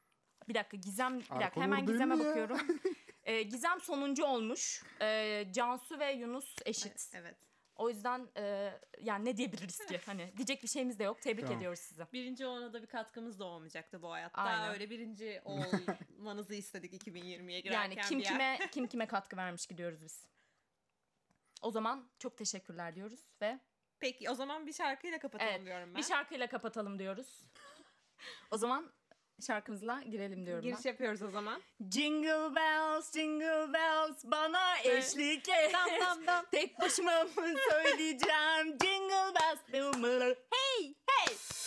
Speaker 1: Bir dakika Gizem bir dakika
Speaker 6: Alkol
Speaker 1: hemen
Speaker 6: oldu değil
Speaker 1: Gizem'e
Speaker 6: mi ya?
Speaker 1: bakıyorum. Ee, Gizem sonuncu olmuş. Ee, Cansu ve Yunus eşit.
Speaker 2: Evet.
Speaker 1: O yüzden e, yani ne diyebiliriz ki? Hani diyecek bir şeyimiz de yok. Tebrik
Speaker 6: Tamam.
Speaker 1: ediyoruz sizi.
Speaker 2: Birinci olana da bir katkımız da olmayacaktı bu hayatta.
Speaker 1: Aynen.
Speaker 2: Öyle birinci olmanızı istedik 2020'ye girerken
Speaker 1: Yani kim
Speaker 2: bir yer.
Speaker 1: kime kim kime katkı vermiş gidiyoruz biz. O zaman çok teşekkürler diyoruz ve
Speaker 2: Peki o zaman bir şarkıyla kapatalım
Speaker 1: Evet,
Speaker 2: diyorum ben.
Speaker 1: bir şarkıyla kapatalım diyoruz. o zaman şarkımızla girelim diyorum
Speaker 2: Giriş yapıyoruz o zaman.
Speaker 1: ben. Jingle bells, jingle bells bana eşlik et.
Speaker 2: Dam dam dam.
Speaker 1: Tek başıma mı söyleyeceğim? Jingle bells. Hey, hey.